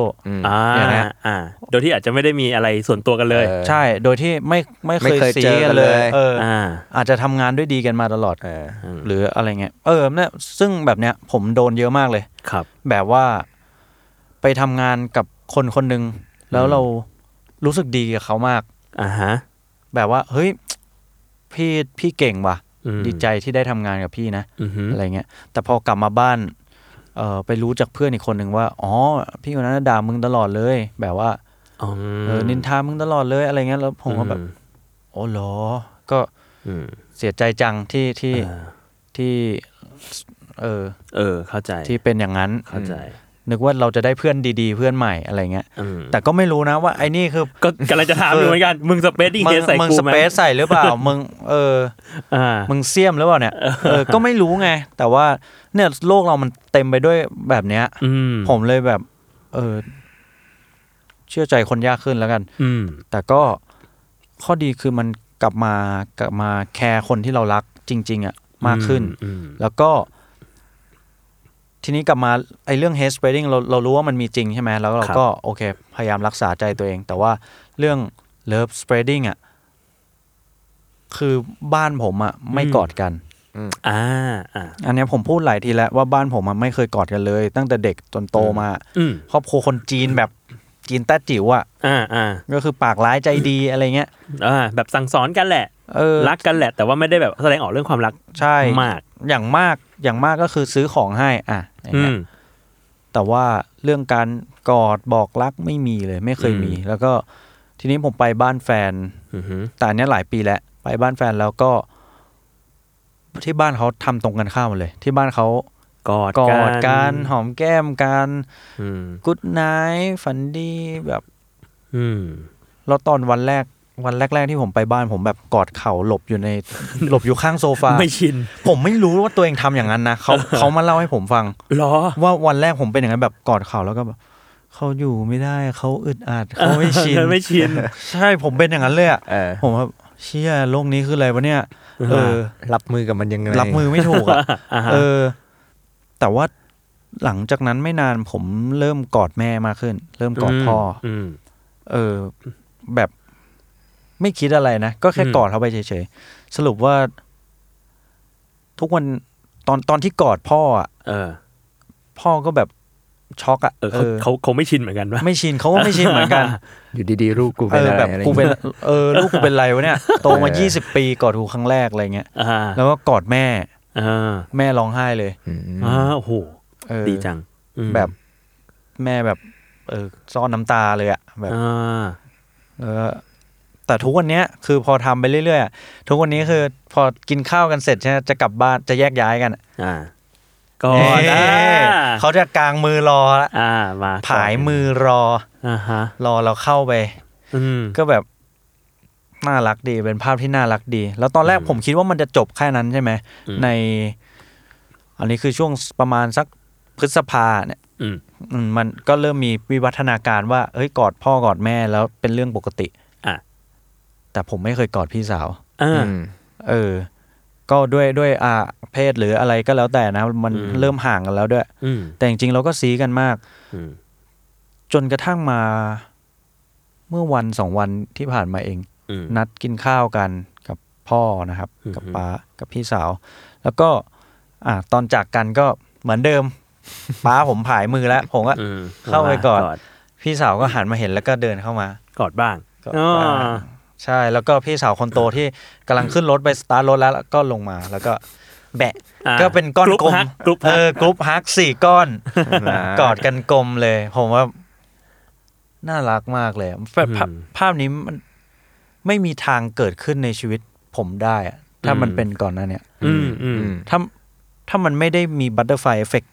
Speaker 1: อ่า
Speaker 2: เดี๋ยวนะ
Speaker 1: อ่า โดยที่อาจจะไม่ได้มีอะไรส่วนตัวกันเลย
Speaker 3: เออ
Speaker 2: ใช่โดยที่ไม่ไม่
Speaker 3: ไม่
Speaker 2: เคย
Speaker 3: เคย
Speaker 2: ซี
Speaker 3: เจอกั
Speaker 2: กัน
Speaker 3: น
Speaker 2: เล
Speaker 3: เลย ย
Speaker 2: เอออ
Speaker 1: อ่า
Speaker 2: อาจจะทำงานด้วยดีกันมาตลอด
Speaker 3: เออ
Speaker 2: หรืออะไรเงี้ยเออเนี่ยซึ่งแบบเนี้ยผมโดนเยอะมากเลย
Speaker 1: ครับ
Speaker 2: แบบว่าไปทำงานกับคนคนหนึ่งแล้วเรารู้สึกดีกับเขามาก
Speaker 1: อ่าฮะ
Speaker 2: แบบว่า เฮ้ย พี่พี่เก่งว่ะ
Speaker 1: อืม
Speaker 2: ดีใจที่ได้ทำงานกับพี่นะ
Speaker 1: อือฮึ
Speaker 2: อะไรเงี้ยแต่พอกลับมาบ้านเออไปรู้จากเพื่อนอีกคนหนึ่งว่า อ๋อ พี่คนนั้นนะด่ามึงตลอดเลย แบบว่า
Speaker 1: อ๋อ
Speaker 2: เออนินทามึงตลอดเลยอะไรเงี้ยแล้วผมก็แบบโอ้เหรอ ก็
Speaker 1: อืม
Speaker 2: เสียใจจังที่ที่
Speaker 1: อ่า
Speaker 2: ที่เออ
Speaker 1: เออ เข้าใจ
Speaker 2: ที่เป็นอย่างนั้น
Speaker 1: เข้าใจ
Speaker 2: นึกว่าเราจะได้เพื่อนดีๆ เพื่อนใหม่อะไรเงี้ย
Speaker 1: อืม
Speaker 2: แต่ก็ไม่รู้นะว่าไอ้นี่คือ
Speaker 1: ก็กำลังจะถามอยู่เหมือนกัน มึงสเปซดิ้ง
Speaker 2: มึ
Speaker 1: เฮ
Speaker 2: ง
Speaker 1: ดใส่
Speaker 2: มึง
Speaker 1: กู
Speaker 2: ส
Speaker 1: ไหม
Speaker 2: เปซใส่หรือเปล่า มึงเออ
Speaker 1: อ่า
Speaker 2: มึงเสียมหรือเปล่าเนี่ยเออก็ไม่รู้ไง แต่ว่าเนี่ยโลกเรามันเต็มไปด้วยแบบเนี้ย
Speaker 1: อืม
Speaker 2: ผมเลยแบบ เออ เชื่อใจคนยากขึ้นแล้วกัน
Speaker 1: อืม
Speaker 2: แต่ก็ข้อดีคือมันกลับมากลับมาแคร์คนที่เรารักจริง ๆอะมากขึ้น
Speaker 1: อืม
Speaker 2: แล้วก็ ทีนี้กลับมาไอ้เรื่อง hate spreading เราเรารู้ว่ามันมีจริงใช่ไหมแล้วเราก็โอเค พยายามรักษาใจตัวเอง แต่ว่าเรื่อง love spreading อ่ะคือบ้านผมอ่ะไม่กอดกัน
Speaker 1: อ่าอ่า
Speaker 2: อันเนี้ยผมพูดหลายทีแล้วว่าบ้านผมอ่ะไม่เคยกอดกันเลย ตั้งแต่เด็กจนโตมา
Speaker 1: อืม
Speaker 2: ครอบครัวคนจีนแบบจีนแต้จิ๋วอ่ะ
Speaker 1: อ่าอ่า
Speaker 2: ก็คือปากร้ายใจดีอะไรเงี้ย
Speaker 1: อ่าแบบสั่งสอนกันแหละ
Speaker 2: เออ
Speaker 1: รักกันแหละ แต่ว่าไม่ได้แบบแสดงออกเรื่องความรัก
Speaker 2: ใช่
Speaker 1: มาก
Speaker 2: อย่างมากอย่างมากก็คือซื้อของให้ อ่ะอย่าง
Speaker 1: อื
Speaker 2: เงี้ย
Speaker 1: ม
Speaker 2: แต่ว่าเรื่องการ กอดบอกรักไม่มีเลย ไม่เคยมี
Speaker 1: อืม
Speaker 2: แล้วก็ทีนี้ผมไปบ้านแฟน
Speaker 1: อือฮึ
Speaker 2: แต่อันเนี้ยหลายปีแล้วไปบ้านแฟนแล้วก็ ที่บ้านเขาทำตรงกันข้ามหมดเลย ที่บ้านเขา
Speaker 1: กอด
Speaker 2: กอดกันหอมแก้มกัน
Speaker 1: อืม
Speaker 2: กุ๊ดไนท์ฝันดีแบบ
Speaker 1: อืม
Speaker 2: แล้วตอนวันแรกวันแรก ๆ ที่ผมไปบ้านผมแบบกอดเข่าหลบอยู่ใน หลบอยู่ข้างโซฟา
Speaker 1: ไม่ชิน
Speaker 2: ผมไม่รู้ว่าตัวเองทำอย่างนั้นนะเขา เขามาเล่าให้ผมฟัง
Speaker 1: หรอ
Speaker 2: ว่าวันแรกผมเป็นอย่างนั้นแบบกอดเข่าแล้วก็แบบเขาอยู่ไม่ได้เขาอึดอัดเขาไม่ชิน
Speaker 1: ไม่ชิน
Speaker 2: ใช่ผมเป็นอย่างนั้นเลยอะ
Speaker 3: เออ
Speaker 2: ผมแบบเชี่ยโลกนี้คืออะไรวะเนี่ยเออ
Speaker 3: รับมือกับมันยังไง
Speaker 2: รับมือไม่ถู กอะเออ แต่ว่าหลังจากนั้นไม่นานผมเริ่มกอดแม่มากขึ้น เริ่มกอดพ่ออ
Speaker 1: อืม
Speaker 2: เออแบบไม่คิดอะไรนะ ก็แค่
Speaker 1: อืม
Speaker 2: กอดเขาไปเฉยๆ สรุปว่า ทุกวันตอนตอนที่กอดพ่ออ่ะ
Speaker 1: เออ
Speaker 2: พ่อก็แบบช็อกอ่ะ
Speaker 1: เออเขาเขาเขาไม่ชินเหมือนกันปะ
Speaker 2: ไม่ชินเขาก็ไม่ชินเหมือนกัน
Speaker 3: อยู่ดีๆลูกกู
Speaker 2: เอ
Speaker 3: เป็น
Speaker 2: อ
Speaker 3: อะไร
Speaker 2: แบบ
Speaker 3: อะไร
Speaker 2: กูเป็น
Speaker 3: เงี้ย
Speaker 2: เออลูกกูเป็นไรวะเนี่ยโตมา
Speaker 3: เออ
Speaker 2: ยี่สิบปีกอดหูครั้งแรกอะไรเงี้ย
Speaker 1: อ่า
Speaker 2: แล้วก็กอดแม่
Speaker 1: อ่า
Speaker 2: แม่ร้องไห้เลย
Speaker 3: อืมอืม
Speaker 1: อ่าโอ้โห
Speaker 2: เออ
Speaker 1: ดีจังอืม
Speaker 2: แบบแม่แบบ เออซ่อนน้ำตาเลยอ่ะแบบ
Speaker 1: อ่า
Speaker 2: เออแต่ทุกวันเนี้ยคือพอทำไปเรื่อยๆอะทุกวันนี้คือพอกินข้าวกันเสร็จใช่ไหมจะกลับบ้านจะแยกย้ายกัน
Speaker 1: อ่ากอ ด
Speaker 2: เอ๊
Speaker 1: อ่า
Speaker 2: ะเขาจะกางมือรอละ
Speaker 1: อ่ามา
Speaker 2: ผายมือรอ
Speaker 1: อ่าฮะ
Speaker 2: รอเราเข้าไป
Speaker 1: อืม
Speaker 2: ก็แบบน่ารักดีเป็นภาพที่น่ารักดี แล้วตอนแรก
Speaker 1: อืม
Speaker 2: ผมคิดว่ามันจะจบแค่นั้นใช่ไหม
Speaker 1: อืม
Speaker 2: ใน อันนี้คือช่วงประมาณสักพฤษภาเนี่ย
Speaker 1: อืม
Speaker 2: อืมมันก็เริ่มมีวิวัฒนาการว่าเอ้ยกอดพ่อกอดแม่แล้วเป็นเรื่องปกติ
Speaker 1: อ่ะ
Speaker 2: แต่ผมไม่เคยกอดพี่สาว
Speaker 1: อ่า
Speaker 3: อืม
Speaker 2: เออ ก็ด้วยด้วยอ่าเพศหรืออะไรก็แล้วแต่นะ มัน
Speaker 1: อืม
Speaker 2: เริ่มห่างกันแล้วด้วย
Speaker 1: อืม
Speaker 2: แต่จริงๆเราก็ซีกันมาก
Speaker 1: อืม
Speaker 2: จนกระทั่งมา เมื่อวันสองวันที่ผ่านมาเอง
Speaker 1: อืม
Speaker 2: นัดกินข้าวกันกับพ่อนะครับ
Speaker 1: อืม
Speaker 2: กับป้ากับพี่สาว แล้วก็อ่าตอนจากกันก็เหมือนเดิม ป้าผมผายมือแล้ว ผมก็
Speaker 1: อืม
Speaker 2: เข้าไปกอด พี่สาวก็หันมาเห็นแล้วก็เดินเข้ามาก
Speaker 1: อดบ้าง
Speaker 2: ก็
Speaker 1: อ๋อ
Speaker 2: ใช่แล้วก็พี่สาวคนโตที่กำลังขึ้นรถไปสตาร์ทรถแล้วแล้วก็ลงมาแล้วก็แบะ
Speaker 1: อ่า
Speaker 2: ก็เป็นก้อน
Speaker 1: รุ๊
Speaker 2: กลม
Speaker 1: ฮักรุ๊ป
Speaker 2: เอ
Speaker 1: ฮัก
Speaker 2: อกรุ๊ปฮักสี่ก้อน
Speaker 3: อ่าก
Speaker 2: กอดกันกลมเลย ผมว่า น่ารักมากเลยแบบภาพ
Speaker 1: อืม
Speaker 2: ภาพนี้มันไม่มีทางเกิดขึ้นในชีวิตผมได้อะถ้า
Speaker 1: อืม
Speaker 2: มันเป็นก่อนหนั้นเนี่ย
Speaker 1: อืมอืม
Speaker 2: ถ้าถ้ามันไม่ได้มีบัตเตอร์ไฟเอฟเฟก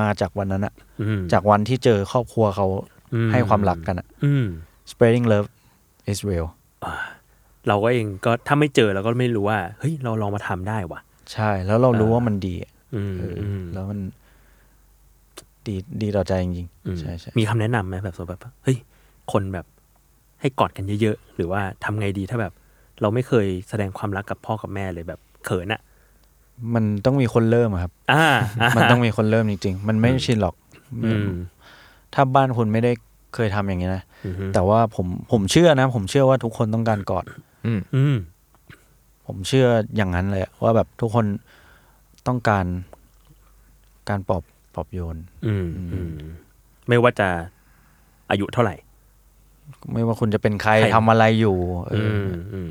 Speaker 2: มาจากวันนั้นอะ
Speaker 1: อืม
Speaker 2: จากวันที่เจอครอบครัวเขา
Speaker 1: อื
Speaker 2: ให้ความรักกันอะ
Speaker 1: อืม
Speaker 2: spreading love is real
Speaker 1: เราก็เองก็ถ้าไม่เจอเราก็ไม่รู้ว่าเฮ้ยเราลองมาทำได้ว่ะ
Speaker 2: ใช่ แล้วเรารู้ว่ามันดีอะ
Speaker 1: อืม
Speaker 2: เอออ
Speaker 1: ม
Speaker 2: แล้วมัน ดีดีต่อใจจริง
Speaker 1: อืม
Speaker 2: ๆใช่ใช่
Speaker 1: มีคำแนะนำไหมแบบสมมติแบบเฮ้ยคนแบบให้กอดกันเยอะๆ หรือว่าทำไงดีถ้าแบบ เราไม่เคยแสดงความรักกับพ่อกับแม่เลยแบบเขินอะ
Speaker 2: มันต้องมีคนเริ่มอะครับ
Speaker 1: อ่าอ่า
Speaker 2: มันต้องมีคนเริ่มจริง ๆ มันไม่ชินหรอก
Speaker 1: อืม
Speaker 2: ถ้าบ้านคุณไม่ได้เคยทำอย่างนี้นะ
Speaker 1: อืม
Speaker 2: แต่ว่าผมผมเชื่อนะ ผมเชื่อว่าทุกคนต้องการกอด
Speaker 1: อืม
Speaker 2: ผมเชื่ออย่างนั้นเลยอะว่าแบบทุกคนต้องการการปลอบปลอบโยน
Speaker 1: อืมอืมไม่ว่าจะอายุเท่าไหร่
Speaker 2: ไม่ว่าคุณจะเป็นใคร
Speaker 1: ใคร
Speaker 2: ทำอะไรอยู่เอ
Speaker 1: อื
Speaker 2: อ
Speaker 1: มอืม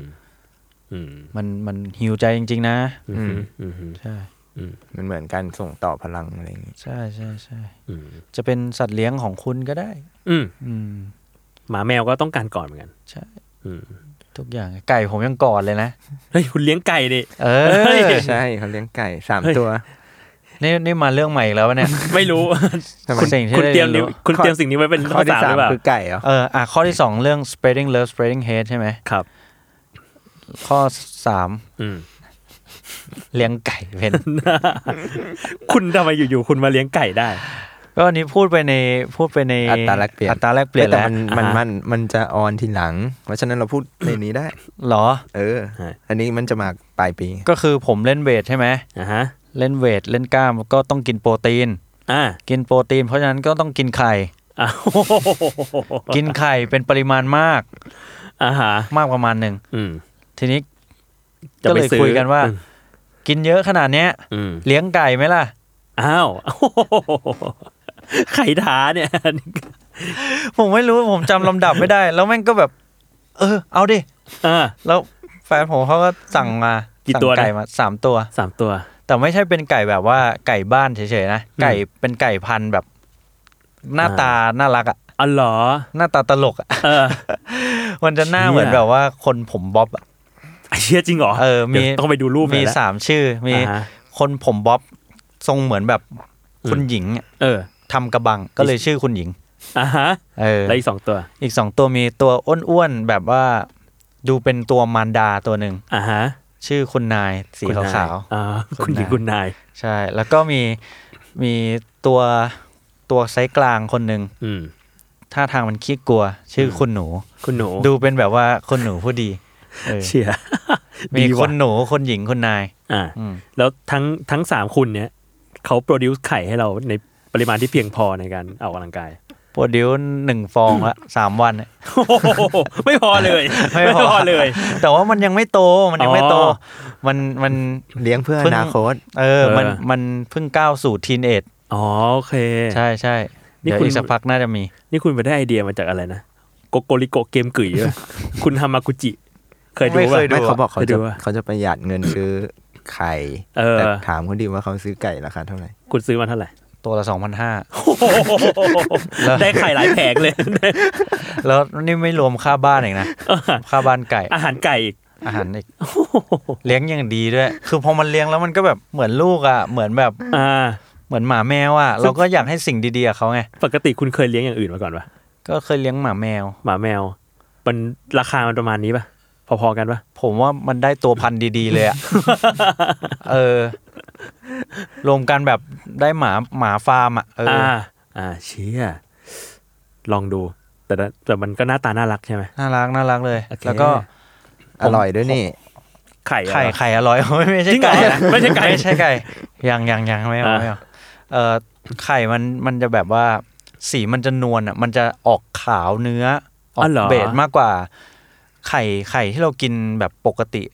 Speaker 1: อืม
Speaker 2: มันมันหิวใจจริง ๆ นะ
Speaker 1: อืมอืม
Speaker 2: ใช่
Speaker 3: มันเหมือนการส่งต่อพลังอะไรอย่างงี้
Speaker 2: ใช่ใช่ใช่
Speaker 1: อืม
Speaker 2: จะเป็นสัตว์เลี้ยงของคุณก็ได้
Speaker 1: อืม
Speaker 2: อืม
Speaker 1: หมาแมวก็ต้องการกอดเหมือนกัน
Speaker 2: ใช่
Speaker 1: อืม
Speaker 2: ทุกอย่างไก่ผมยังกอดเลยนะ
Speaker 1: เฮ้ยคุณเลี้ยงไก่ดิ
Speaker 2: เอ
Speaker 1: เฮ้ย
Speaker 2: อ
Speaker 3: ใช่เขาเลี้ยงไก่สาม
Speaker 1: เฮ้ย
Speaker 3: ตัว
Speaker 2: นี่นี่มาเรื่องใหม่อีกแล้ววะเนี่ย
Speaker 1: ไม่รู้ คุณ
Speaker 2: สิ่งที่
Speaker 1: คุณ
Speaker 2: ได้
Speaker 1: เตรียม
Speaker 2: เรียนรู้
Speaker 1: นิ้วคุณเตรียมสิ่งนี้ไว้เป็น
Speaker 3: ข้
Speaker 1: ข้
Speaker 3: อ
Speaker 1: อ
Speaker 3: ที่
Speaker 1: สามห
Speaker 3: สาม
Speaker 1: รือเปล่า
Speaker 3: คือไก่เหรอ
Speaker 2: เอออ่ะข้อที่สองเรื่อง spreading love spreading hate ใช่ไหม
Speaker 1: ครับ
Speaker 2: ข้อสาม
Speaker 1: อืม
Speaker 2: เลี้ยงไก่เป็น
Speaker 1: คุณทำไมอยู่ๆคุณมาเลี้ยงไก่ได้
Speaker 2: ก็อันนี้พูดไปในพูดไปใน
Speaker 3: อัตราแลกเปลี่ยน
Speaker 2: อัตราแลกเปลี่ยน
Speaker 3: แต่
Speaker 2: แล้ว
Speaker 3: มันมันมันมันจะออนทีหลัง เพราะฉะนั้นเราพูดในนี้ได้
Speaker 2: เหรอ
Speaker 3: เออ
Speaker 1: ใช่
Speaker 3: อันนี้มันจะมาปลายปี
Speaker 2: ก็คือผมเล่นเวทใช่ไหม
Speaker 1: อ่าฮะ
Speaker 2: เล่นเวทเล่นกล้ามก็ต้องกินโปรตีน
Speaker 1: อ่า
Speaker 2: กินโปรตีน เพราะฉะนั้นก็ต้องกินไข่
Speaker 1: อ้าว
Speaker 2: กินไข่เป็นปริมาณมาก
Speaker 1: อ่าฮะ
Speaker 2: มากประมาณหนึ่ง
Speaker 1: อืม
Speaker 2: ทีนี้
Speaker 1: จะ
Speaker 2: ก็
Speaker 1: ไป
Speaker 2: เลย
Speaker 1: ซื้อ
Speaker 2: คุยกันว่า
Speaker 1: อืม
Speaker 2: กินเยอะขนาดเนี้ย
Speaker 1: อืม
Speaker 2: เลี้ยงไก่ไหมล่ะ
Speaker 1: อ้าว ไข่ท้าเนี่ย
Speaker 2: ผมไม่รู้ผมจำลำดับไม่ได้ แล้วแม่งก็แบบ เออ เอาดิ
Speaker 1: อ่า
Speaker 2: แล้วแฟนผมเขาก็สั่งมา
Speaker 1: กี่ตัวนะ
Speaker 2: สั่งไก่มาสามตัว
Speaker 1: สามตัว
Speaker 2: แต่ไม่ใช่เป็นไก่แบบว่าไก่บ้านเฉยๆนะ ไก่เป็นไก่พันธุ์แบบ หน้าตาน่ารักอ่ะ
Speaker 1: อ๋อเหรอ
Speaker 2: หน้าตาตลกอ่ะ
Speaker 1: เออ
Speaker 2: มันจะหน้า
Speaker 1: เชี่ย
Speaker 2: เหมือนแบบว่าคนผมบ๊อบอะ
Speaker 1: ไอ้เชี่ยจริงเหรอ
Speaker 2: เออ มี
Speaker 1: ดี๋ยวต้องไปดูรูปหน่
Speaker 2: มี
Speaker 1: อยละ
Speaker 2: สามชื่อ มี
Speaker 1: อ่าฮะ
Speaker 2: คนผมบ๊อบทรงเหมือนแบบคุณ
Speaker 1: อืม
Speaker 2: หญิงอะ
Speaker 1: เออ
Speaker 2: ทำกระบังก็เลยชื่อคุณหญิง
Speaker 1: อ่ะฮะ
Speaker 2: เออ
Speaker 1: แล้วอีกสองตัว
Speaker 2: อีกสองตัวมีตัวอ้วนๆแบบว่าดูเป็นตัวมารดาตัวหนึ่ง
Speaker 1: อ่ะฮะ
Speaker 2: ชื่อคุณนายสี
Speaker 1: คุณนย
Speaker 2: ขาว
Speaker 1: อ่าคุณหญิงคุณนาย
Speaker 2: ๆใช่ แล้วก็มีมีตัวตัวไซส์กลางคนหนึ่ง
Speaker 1: อืม
Speaker 2: ท่าทางมันขี้กลัว ชื่ออคุณหนู
Speaker 1: คุณหนู
Speaker 2: ดูเป็นแบบว่าคนหนูผู้ดีเออ
Speaker 1: เชีย
Speaker 2: มี
Speaker 1: ดี
Speaker 2: ค
Speaker 1: ว่ะ
Speaker 2: นหนูคนหญิงคนนาย
Speaker 1: อ่า
Speaker 2: อืม
Speaker 1: แล้วทั้งทั้งสามคุณเนี่ยเขาโปรดิวซ์ไข่ให้เราในปริมาณที่เพียงพอในการออกกำลังกาย
Speaker 2: โปรดิวหนึ่งฟองละ สามวันอะ
Speaker 1: โอ้โหไม่พอเลย
Speaker 2: ไม่พอ
Speaker 1: เลย
Speaker 2: แต่ว่ามันยังไม่โตมันยังไม่โต
Speaker 1: อ๋อ
Speaker 2: มันมัน
Speaker 3: เลี้ยงเพื่ออนาคต
Speaker 2: เออ
Speaker 1: เออ
Speaker 2: มันมันเพิ่งก้าวสู่ทีนเอจ
Speaker 1: อ๋อโอเค
Speaker 2: ใช่ใช่
Speaker 1: นี่
Speaker 2: เดี๋ยว
Speaker 1: คุณ
Speaker 2: อีกสักพักน่าจะมี
Speaker 1: นี่คุณไปได้ไอเดียมาจากอะไรนะโกโกริโกเกมกึ๋ยเหรอ คุณฮามากุจิ เคยดู
Speaker 2: ไม่
Speaker 1: ป่ะ
Speaker 2: เคยดู
Speaker 3: ไม่เขาบอกเขา
Speaker 1: ไปดู
Speaker 3: จะ
Speaker 1: อะ
Speaker 3: เขาจะประหยัดเงินซื้อไข่
Speaker 1: เออ
Speaker 3: แต่ถามเขาดีว่าเขาซื้อไก่ราคาเท่าไหร่
Speaker 1: คุณซื้อมาเท่าไหร่
Speaker 2: ตัวละสองพันห้า
Speaker 1: แล้วได้ไข่หลายแผงเลย
Speaker 2: แล้วนี่ไม่รวมค่าบ้านอีก นะ ค่าบ้านไก่
Speaker 1: อาหารไก่อีก
Speaker 2: อาหารอีกเลี้ยงอย่างดีด้วย คือพอมันเลี้ยงแล้วมันก็แบบเหมือนลูกอ่ะเหมือนแบบ
Speaker 1: อ่า
Speaker 2: เหมือนหมาแมวอ่ะเราก็อยากให้สิ่งดีๆกับเขาไง
Speaker 1: ปกติคุณเคยเลี้ยงอย่างอื่นมาก่อนปะ
Speaker 2: ก็เคยเลี้ยงหมาแมว
Speaker 1: หมาแมว มันราคามันประมาณนี้ปะพอๆกันปะ
Speaker 2: ผมว่ามันได้ตัวพันธุ์ดีๆเลยอะ เออ รวมกันแบบได้หมาหมาฟาร์มอะเออ
Speaker 1: อ่า
Speaker 2: อ
Speaker 1: อ่าเชี่ยลองดู แต่ละแต่มันก็หน้าตาน่ารักใช่ไหม
Speaker 2: น่ารักน่ารักเลย
Speaker 3: โอเค
Speaker 2: แล้วก็
Speaker 3: อร่อยด้วยนี่
Speaker 1: ไข่อะ
Speaker 2: ไข่ไข่อร่อย ไม่ใช่
Speaker 1: จริงเหรอ
Speaker 2: ไก่นะ
Speaker 1: ไม่ใช่ไก่
Speaker 2: ไม่ใช่ไก่ยังยังยังไม่เอา
Speaker 1: อ่า
Speaker 2: ไม่เอาเออไข่มันมันจะแบบว่า สีมันจะนวลอะมันจะออกขาวเนื้อออก
Speaker 1: อ๋อเหรอ
Speaker 2: เบจมากกว่า ไข่ไข่ที่เรากินแบบปกติ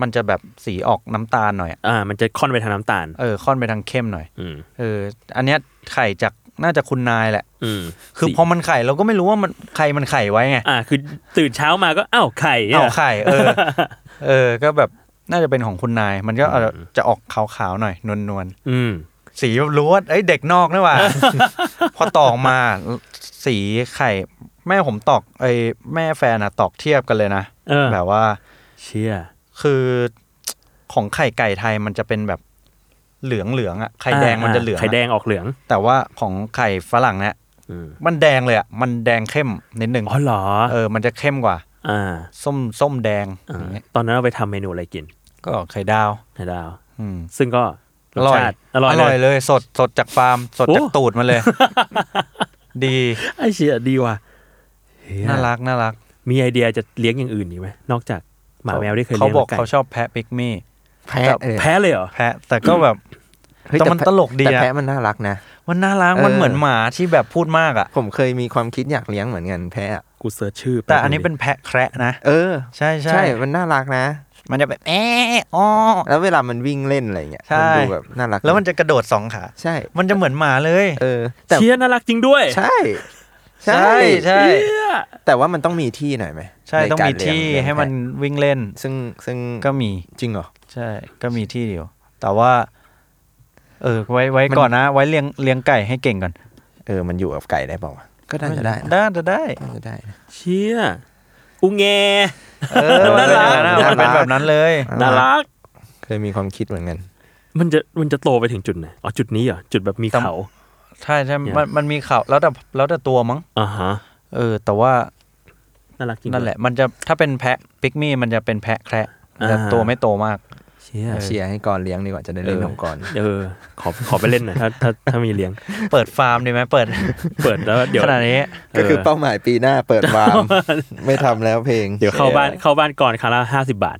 Speaker 2: มันจะแบบสีออกน้ำตาลหน่อยอะ
Speaker 1: อ่า มันจะค่อนไปทางน้ำตาล
Speaker 2: เออค่อนไปทางเข้มหน่อย
Speaker 1: อืม
Speaker 2: เออ อันเนี้ยไข่จากน่าจะคุณนายแหละ
Speaker 1: อืม
Speaker 2: คือ
Speaker 1: สี
Speaker 2: พอมันไข่เราก็ไม่รู้ว่ามันไข่มันไข่ไว้ไง
Speaker 1: อ่า คือตื่นเช้ามาก็อ้าวไข่
Speaker 2: เอา
Speaker 1: อะ
Speaker 2: ไข่ เออ เออ ก็แบบน่าจะเป็นของคุณนาย มันก็เอาจะออกขาวๆหน่อยนวลๆ
Speaker 1: อืม
Speaker 2: สีรู้ว่าเอ้ยเด็กนอก นี่หว่า พอตอกมาสีไข่ แม่ผมตอกไอ้แม่แฟนอะตอกเทียบกันเลยนะ
Speaker 1: เออ
Speaker 2: แบบว่า
Speaker 1: เชี่ย
Speaker 2: คือของไข่ไก่ไทยมันจะเป็นแบบเหลืองเหลืองๆอะไข่แดงมันจะเหลือง
Speaker 1: ไข่แด
Speaker 2: อะ
Speaker 1: งออกเหลือง
Speaker 2: แต่ว่าของไข่ฝรั่งเนี่ย
Speaker 1: อืม
Speaker 2: มันแดงเลยอ่ะ มันแดงเข้มนิดนึง
Speaker 1: อ๋อเหรอ
Speaker 2: เออ มันจะเข้มกว่า
Speaker 1: อ่า
Speaker 2: ส้มส้มแดง
Speaker 1: อ่า
Speaker 2: อย่างเงี้ย
Speaker 1: ตอนนั้นเราไปทำเมนูอะไรกิน
Speaker 2: ก็ไข่ดาว
Speaker 1: นะดาว
Speaker 2: อืม
Speaker 1: ซึ่งก็ร
Speaker 2: อ
Speaker 1: ส
Speaker 2: ร่อย
Speaker 1: ชาติอร่อยเลย
Speaker 2: เลย สดสดจากฟาร์ม สดจาก
Speaker 1: โอ้
Speaker 2: ตูดมา เลย ดี
Speaker 1: ไอเชียดีว่ะเหี้ย
Speaker 2: น่ารักน่ารัก
Speaker 1: มีไอเดียจะเลี้ยงอย่างอื่นอีกไหมนอกจากหมาแมวที่เคย
Speaker 2: เขา
Speaker 1: เลี้ยง
Speaker 2: บอก
Speaker 1: ไก่
Speaker 2: เขาชอบแพะปิกมี่
Speaker 3: แพะเออ
Speaker 1: แพ้เลยเหรอ
Speaker 2: แพะ แต่ก็แบบ
Speaker 3: เฮ้ย
Speaker 2: แต่มัน
Speaker 3: แพะ
Speaker 2: ตลกดี
Speaker 3: แต่
Speaker 2: นะ
Speaker 3: แพะมันน่ารักนะ
Speaker 2: มันน่ารัก
Speaker 3: เออ
Speaker 2: มันเหมือนหมาที่แบบพูดมากอ่ะ
Speaker 3: ผมเคยมีความคิดอยากเลี้ยงเหมือนกันแพะอะ
Speaker 1: กูเสิร์ชชื่อ
Speaker 2: แต่อันนี้เป็นแพะแคระนะ
Speaker 3: เออ
Speaker 2: ใช่ใช่
Speaker 3: ใช่มันน่ารักนะ
Speaker 2: มันจะแบบแอะอ้อ
Speaker 3: แล้วเวลามันวิ่งเล่นอะไรเงี้ย
Speaker 2: ใช่
Speaker 3: มัดูแบบน่ารัก
Speaker 2: แล้วมันจะกระโดดสองขา
Speaker 3: ใช่
Speaker 2: มันจะเหมือนหมาเลย
Speaker 3: เออ แต่
Speaker 1: เชียน่ารักจริงด้วย
Speaker 3: ใช่
Speaker 2: ใช่ใช่
Speaker 1: เชี่ย
Speaker 3: แต่ว่ามันต้องมีที่หน่อยไหม
Speaker 2: ใช่
Speaker 3: น
Speaker 2: ต้อง
Speaker 3: การ
Speaker 2: มีที่
Speaker 3: เลี้ยงเลี้ยง
Speaker 2: ให้มัน
Speaker 3: แพะ
Speaker 2: วิ่งเล่น
Speaker 3: ซึ่งซึ่ง
Speaker 2: ก็มี
Speaker 3: จริงเหรอ
Speaker 2: ใช่ ก็มีที่เดียว แต่ว่า เออ ไว้ ไว้ก่อนนะ ไว้เลี้ยง เลี้ยงไก่ให้เก่งก่อน
Speaker 3: เออ มันอยู่กับไก่ได้เปล่าวะก็น่าจะได้นะ
Speaker 2: ได้จะได้
Speaker 3: น่าจะได้นะ
Speaker 1: เชียอุงแง
Speaker 2: เออ
Speaker 1: น่ารัก
Speaker 2: มันเป็นอย่างนั้นอะมันเป็นแบบนั้นเลย
Speaker 1: น่ารัก
Speaker 3: เคยมีความคิดเหมือนกัน
Speaker 1: มันจะมันจะโตไปถึงจุดไหนอ๋อจุดนี้เหรอจุดแบบมี
Speaker 2: แต่
Speaker 1: เขา
Speaker 2: ใช่ใช่
Speaker 1: เนี่ย
Speaker 2: มัน มันมีเขาแล้วแต่ แล้วแต่ตัวมั้ง
Speaker 1: อ่าฮะ
Speaker 2: เออ แต่ว่า
Speaker 1: น่ารักจริงด้วย
Speaker 2: นั่นแหละ มันจะ ถ้าเป็นแพะ ปิกมี่ มันจะเป็นแพะแคระแต่
Speaker 1: อ่า
Speaker 2: ตัวไม่โตมาก
Speaker 1: เชีย
Speaker 3: เชียร์ให้ก่อนเลี้ยงดีกว่าจะได้เล่น
Speaker 1: เออ
Speaker 3: ของก่อน
Speaker 1: เออขอขอไปเล่นหน่อยถ้าถ้าถ้ามีเลี้ยง
Speaker 2: เปิดฟาร์มดีไหมเปิด
Speaker 1: เปิดแล้วเดี๋ยว
Speaker 2: ขนาดนี้
Speaker 3: ก็คือเป้าหมายปีหน้าเปิดวาร์ม ไม่ทำแล้วเพลง
Speaker 1: เดี๋ยวเข้าบ้านเข้าบ้านก่อนครั้งละห้าสิบาท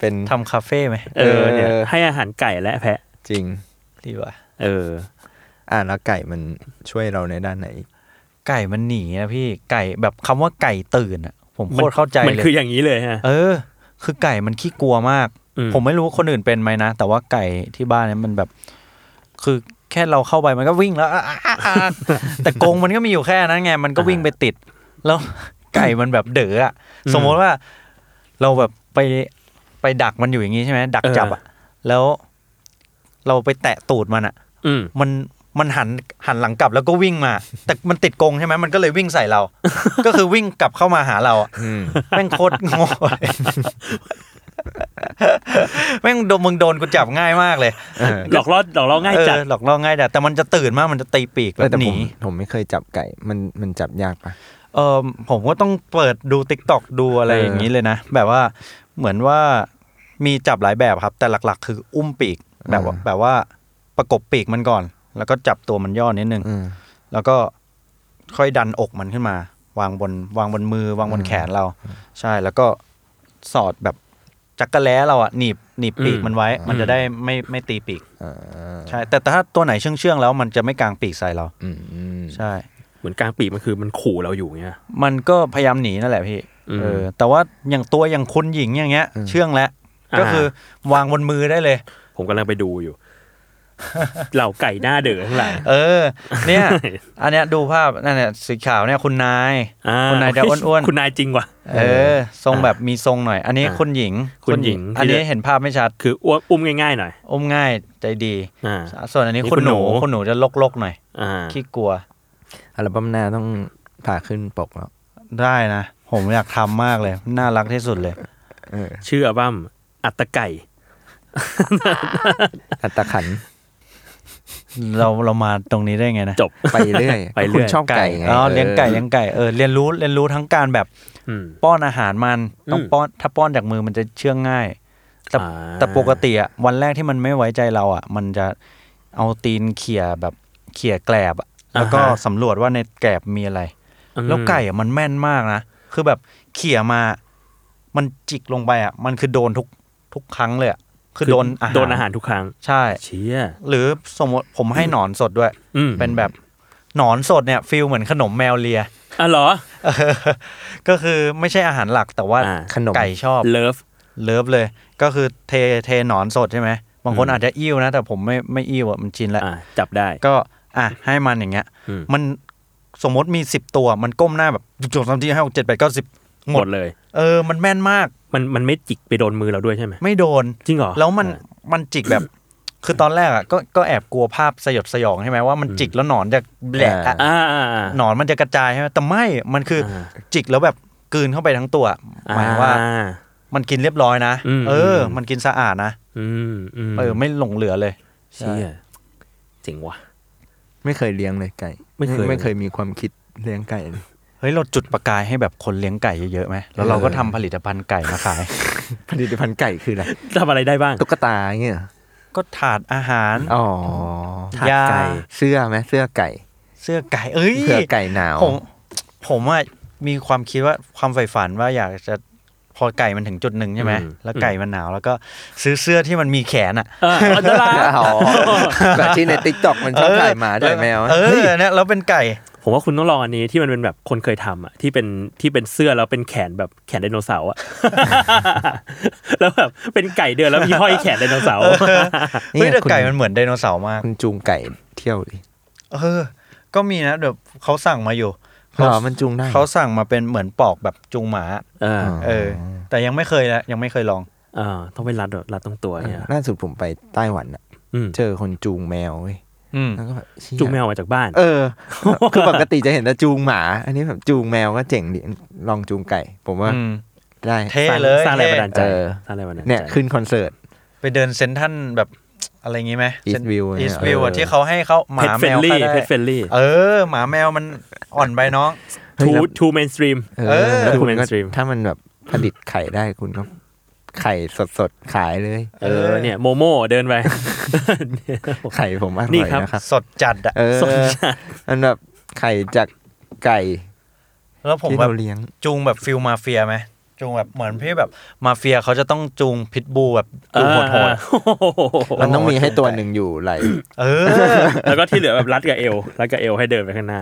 Speaker 3: เป็น
Speaker 2: ทำคาเฟ่ไหม
Speaker 1: เออเนี่ยให้อาหารไก่และแพะ
Speaker 3: จริง
Speaker 2: ดีว่ะ
Speaker 1: เออ
Speaker 3: อ่ะแล้วไก่มันช่วยเราในด้านไหน
Speaker 2: ไก่มันหนีนะพี่ ไก่ แบบคำว่าไก่ตื่นอะผมโคตรเข้าใจ
Speaker 1: มัน
Speaker 2: เลย
Speaker 1: คืออย่างนี้เลยฮะ
Speaker 2: เออ คือไก่มันขี้กลัวมาก
Speaker 1: อืม
Speaker 2: ผมไม่รู้ว่าคนอื่นเป็นไหมนะ แต่ว่าไก่ที่บ้านเนี่ยมันแบบ คือแค่เราเข้าไปมันก็วิ่งแล้วอ่ะอ่ะอ่ะอ่ะแต่กรงมันก็มีอยู่แค่นั้นไง มันก็วิ่งไปติด แล้ว ไก่มันแบบเด๋ออะสมมติว่าเราแบบไปไปดักมันอยู่อย่างนี้ใช่ไหมดักจับอะแล้วเราไปแตะตูดมันอะ
Speaker 1: อืม
Speaker 2: มัน มันหันหันหลังกลับแล้วก็วิ่งมา แต่มันติดกรงใช่ไหมมันก็เลยวิ่งใส่เรา ก็คือวิ่งกลับเข้ามาหาเราอะ
Speaker 3: อืม
Speaker 2: แม่งโคตรโง่เลยแม่งโดนมึงโดนกูจับง่ายมากเลย
Speaker 1: หลอกล่อหลอกล่อง่ายจัด
Speaker 2: เออหลอกล่อง่ายแต่แต่มันจะตื่นมากมันจะตีปีก
Speaker 3: เอ
Speaker 2: แล้
Speaker 3: อ
Speaker 2: ว
Speaker 3: แต่
Speaker 2: ห
Speaker 3: ผ
Speaker 2: นี
Speaker 3: มผมไม่เคยจับไก่มันมันจับยากปะ
Speaker 2: เออผมก็ต้องเปิดดูติ๊กตอกดูอะไร
Speaker 3: เออ
Speaker 2: อ
Speaker 3: อ
Speaker 2: ย่างนี้เลยนะแบบว่าเหมือนว่ามีจับหลายแบบครับ แต่หลักๆ คืออุ้มปีกแบบว่าแบบว่าประกบปีกมันก่อน แล้วก็จับตัวมันย่อนิดนึง
Speaker 3: อืม
Speaker 2: แล้วก็ค่อยดันอกมันขึ้นมา วางบนวางบนมือ วางบน
Speaker 3: อืม
Speaker 2: แขนเรา ใช่แล้วก็สอดแบบจักกะแล้เราอะหนีบหนีบปีกมันไว้ มันจะได้ไม่ไม่ตีปีก
Speaker 3: อ่า
Speaker 2: ใช่ แต่ถ้าตัวไหนเชื่องเชื่องๆแล้วมันจะไม่กางปีกใส่เรา
Speaker 3: อืมอืม
Speaker 2: ใช่
Speaker 1: เหมือนกลางปีกมันคือมันขู่เราอยู่เงี้ย
Speaker 2: มันก็พยายามหนีนั่นแหละพี่
Speaker 1: อืม
Speaker 2: เออแต่ว่าอย่างตัวอย่างคุณหญิงอย่างเงี้ย เชื่องแล้ว
Speaker 1: อ่า
Speaker 2: ก็คือวางบนมือได้เลย
Speaker 1: ผมกำลังไปดู อยู่ เหล่าไก่หน้าเด๋อทั้งหลาย
Speaker 2: เออ เนี่ย อันเนี้ยดูภาพนั่นเนี่ยสีขาวเนี่ยคุณนาย
Speaker 1: อ่
Speaker 2: คุณนายจะอ้วนๆ
Speaker 1: คุณนายจริงว่ะ
Speaker 2: เออ ทรงแบบมีทรงหน่อย อันนี้
Speaker 1: อ่า
Speaker 2: คุณหญิง
Speaker 1: คุณหญิงที่
Speaker 2: อันนี้เห็นภาพไม่ชัด
Speaker 1: คืออ้วนอุ้มง่ายๆหน่อย
Speaker 2: อุ้มง่ายใจดี
Speaker 1: อ่า
Speaker 2: ส่วนอันนี้
Speaker 1: นี่คุ
Speaker 2: คุณ ณหนู
Speaker 1: หนู
Speaker 2: คุณหนูจะลกลกๆหน่อย
Speaker 1: อ่า
Speaker 2: ขี้กลัว
Speaker 3: อัลบั้มหน้าต้องผ่าขึ้นปกแล้ว
Speaker 2: ได้นะ ผมอยากทำมากเลย น่ารักที่สุดเลย
Speaker 1: ชื่ออัลบั้มอัตตะไก่
Speaker 3: อัตขัน
Speaker 2: เราเรามาตรงนี้ได้ไงนะ
Speaker 1: จบ
Speaker 3: ไปเรื่อย
Speaker 1: ไปเรื่อย
Speaker 3: คุณชอบไก่ไง
Speaker 2: อ๋อเลี้ยงไก่เลี้ยงไก่เออเรียนรู้เรียนรู้ทั้งการแบบ
Speaker 1: อืม
Speaker 2: ป้อนอาหารมันต้อง
Speaker 1: อืม
Speaker 2: ป้อนถ้าป้อนจากมือมันจะเชื่องง่าย แต่
Speaker 1: อ่า
Speaker 2: แต่ปกติอะวันแรกที่มันไม่ไว้ใจเราอะมันจะเอาตีนเขี่ยแบบเขี่ยแกลบอะแล้วก็สำรวจว่าในแกลบมีอะไร แล้วไก่อ่ะมันแม่นมากนะ คือแบบเขี่ยมา มันจิกลงไปอ่ะ มันคือโดนทุกทุกครั้งเลยอ่ะ คือโดนอาหาร
Speaker 1: โดนอาหารทุกครั้ง
Speaker 2: ใช่
Speaker 1: เชี่ย
Speaker 2: หรือสมมติผมให้หนอนสดด้วย
Speaker 1: อืม
Speaker 2: เป็นแบบหนอนสดเนี่ยฟิลเหมือนขนมแมวเลีย
Speaker 1: อ่ะเหรอ
Speaker 2: ก็คือไม่ใช่อาหารหลักแต่ว่า
Speaker 1: อ่า
Speaker 3: ขนม
Speaker 2: ไก่ชอบ
Speaker 1: เลิฟ
Speaker 2: เลิฟเลย ก็คือเทเทหนอนสดใช่ไหม บางคนอาจจะอิ่วนะ แต่ผมไม่ไม่อิ่วอ่ะมันชินแล้ว
Speaker 1: อ่า จับได้
Speaker 2: ก็อ่ะให้มันอย่างเงี้ย
Speaker 1: อืม
Speaker 2: มันสมมติมีสิบตัว มันก้มหน้าแบบจุดสามที่ห้าหกเจ็ดแปดเก้าสิบ
Speaker 1: หมดเลย
Speaker 2: เออ มันแม่นมาก
Speaker 1: มันมันไม่จิกไปโดนมือเราด้วยใช่ไหม
Speaker 2: ไม่โดน
Speaker 1: จริงเหรอ
Speaker 2: แล้วมัน
Speaker 1: อ่ะ
Speaker 2: มันจิกแบบ คือตอนแรกอ่ะก็ก็แอบกลัวภาพสยดสยองใช่ไหมว่ามันจิกแล้วหนอนจะแหลกอะ
Speaker 1: อ่าอ่าอ่า
Speaker 2: หนอนมันจะกระจายใช่ไหมแต่ไม่มันคืออ
Speaker 1: อ่า
Speaker 2: จิกแล้วแบบกลืนเข้าไปทั้งตัวหมายว่า
Speaker 1: อ่
Speaker 2: มันกินเรียบร้อยนะ
Speaker 1: อืม
Speaker 2: เอออ
Speaker 1: ม
Speaker 2: มันกินสะอาดนะ
Speaker 1: อืมอืม
Speaker 2: เออไม่หลงเหลือเลย
Speaker 1: เชี่ยเจ๋งว่ะ
Speaker 3: ไม่เคยเลี้ยงเลยไก่
Speaker 1: ไม่เคย
Speaker 3: ไม่เคยมีความคิดเลี้ยงไก่เลย
Speaker 2: เฮ้ยเราจุดประกายให้แบบคนเลี้ยงไก่เยอะๆไหมแล้วเราก็ทำผลิตภัณฑ์ไก่มาขาย
Speaker 3: ผลิตภัณฑ์ไก่คืออะไร
Speaker 1: ทำอะไรได้บ้าง
Speaker 3: ตุ๊กตาเงี้ยเหรอ
Speaker 2: ก็ถาดอาหาร
Speaker 3: อ๋อ
Speaker 1: ถาด
Speaker 2: ยา
Speaker 1: ไก่
Speaker 3: เสื้อไหมเสื้อไก่
Speaker 2: เสื้อไก่เอ้ย
Speaker 3: เสื้อไก่หนาว
Speaker 2: ผมผมว่ามีความคิดว่าความใฝ่ฝันว่าอยากจะพอไก่มันถึงจุดหนึ่งใช่ไหม
Speaker 1: อืม
Speaker 2: แล้วไก่มันหนาวแล้วก็ซื้อเสื้อที่มันมีแขนอ่ะ
Speaker 1: เอออันตราย
Speaker 3: อ๋อแบบที่ในติ๊กต็อกมันชอบถ่ายหมาถ่ายแมว
Speaker 2: เอ
Speaker 3: เฮ้ย
Speaker 2: อเนี่ยแล้วเป็นไก่
Speaker 1: ผมว่าคุณต้องลองอันนี้ที่มันเป็นแบบคนเคยทำอ่ะที่เป็นที่เป็นเสื้อแล้วเป็นแขนแบบแขนไดโนเสาร์อ่ะ แล้วแบบเป็นไก่เดือนแล้วมีห้อยแขนไดโนเสาร์
Speaker 3: นี่
Speaker 2: เฮ้ยแต่
Speaker 3: คุณ
Speaker 2: ไก่มันเหมือนไดโนเสาร์มาก
Speaker 3: คุณจูงไก่เที่ยวดิ
Speaker 2: เออ ก็มีนะเดี๋ยวเขาสั่งมาอยู่
Speaker 3: หรอมันจูงได้
Speaker 2: เขาสั่งมาเป็นเหมือนปอกแบบจูงหมา
Speaker 1: เออ
Speaker 2: เออ แต่ยังไม่เคยนะยังไม่เคยลอง
Speaker 1: เออต้องไปรัดแบบรัดตรงตัวเนี่ย
Speaker 3: ล่าสุดผมไปไต้หวันอะ
Speaker 1: อืม
Speaker 3: เจอคนจูงแมวเว้ย
Speaker 2: อืม
Speaker 3: แล้วก็แบบเชี่ย
Speaker 1: จูงแมวมาจากบ้าน
Speaker 3: เออ คือปกติจะเห็นแต่จูงหมา อันนี้แบบจูงแมวก็เจ๋งดิ ลองจูงไก่ ผมว่า
Speaker 2: อืม
Speaker 3: ได้
Speaker 2: เท่เลย
Speaker 1: สร้างแรงบันดาลใจ
Speaker 3: เออ
Speaker 1: สร้างแรงบันดาลใจ
Speaker 3: เนี่ยขึ้นคอนเสิร์ต
Speaker 2: ไปเดินเซนทรันแบบอะไรงี้ไหม
Speaker 3: East View
Speaker 2: อีส
Speaker 3: เนี่ย
Speaker 2: วิว
Speaker 3: เออ
Speaker 2: ที่เขาให้เขาห
Speaker 1: เพ
Speaker 2: มา
Speaker 1: จเฟ
Speaker 2: แม
Speaker 1: ล
Speaker 2: ว
Speaker 1: ลี่
Speaker 2: ก็ได้
Speaker 1: เพจเฟลลี่
Speaker 2: เออ หมาแมวมันอ่อนไปน้อง
Speaker 1: ทู
Speaker 3: แล้ว
Speaker 1: ทูเมนสตรีม
Speaker 3: เออแล้วคุณก็
Speaker 1: mainstream
Speaker 3: ถ้ามันแบบผลิตไข่ได้คุณก็ไข่สดๆ ขายเลย
Speaker 1: เออเนี่ยโมโม่เดินไป
Speaker 3: ไข่ผมอ
Speaker 1: นี่
Speaker 3: ร่อย
Speaker 1: ครับ
Speaker 3: นะครับ
Speaker 2: สดจัดอะ
Speaker 3: เออ
Speaker 1: สดจัด
Speaker 3: มันแบบไข่จากไก่
Speaker 2: แล้วผม
Speaker 3: ที่
Speaker 2: แบบ
Speaker 3: เราเลี้ยง
Speaker 2: จูงแบบฟิลมาเฟียไหมจูงแบบเหมือนพี่แบบมาเฟียเขาจะต้องจูงพิทบูแบบดูโหดๆอะ
Speaker 3: มันต้องมีให้ตัวหนึ่งอยู่ไหล
Speaker 2: เออ
Speaker 1: แล้วก็ที่เหลือแบบรัดกับเอวรัดกับเอวให้เดินไปข้างหน้า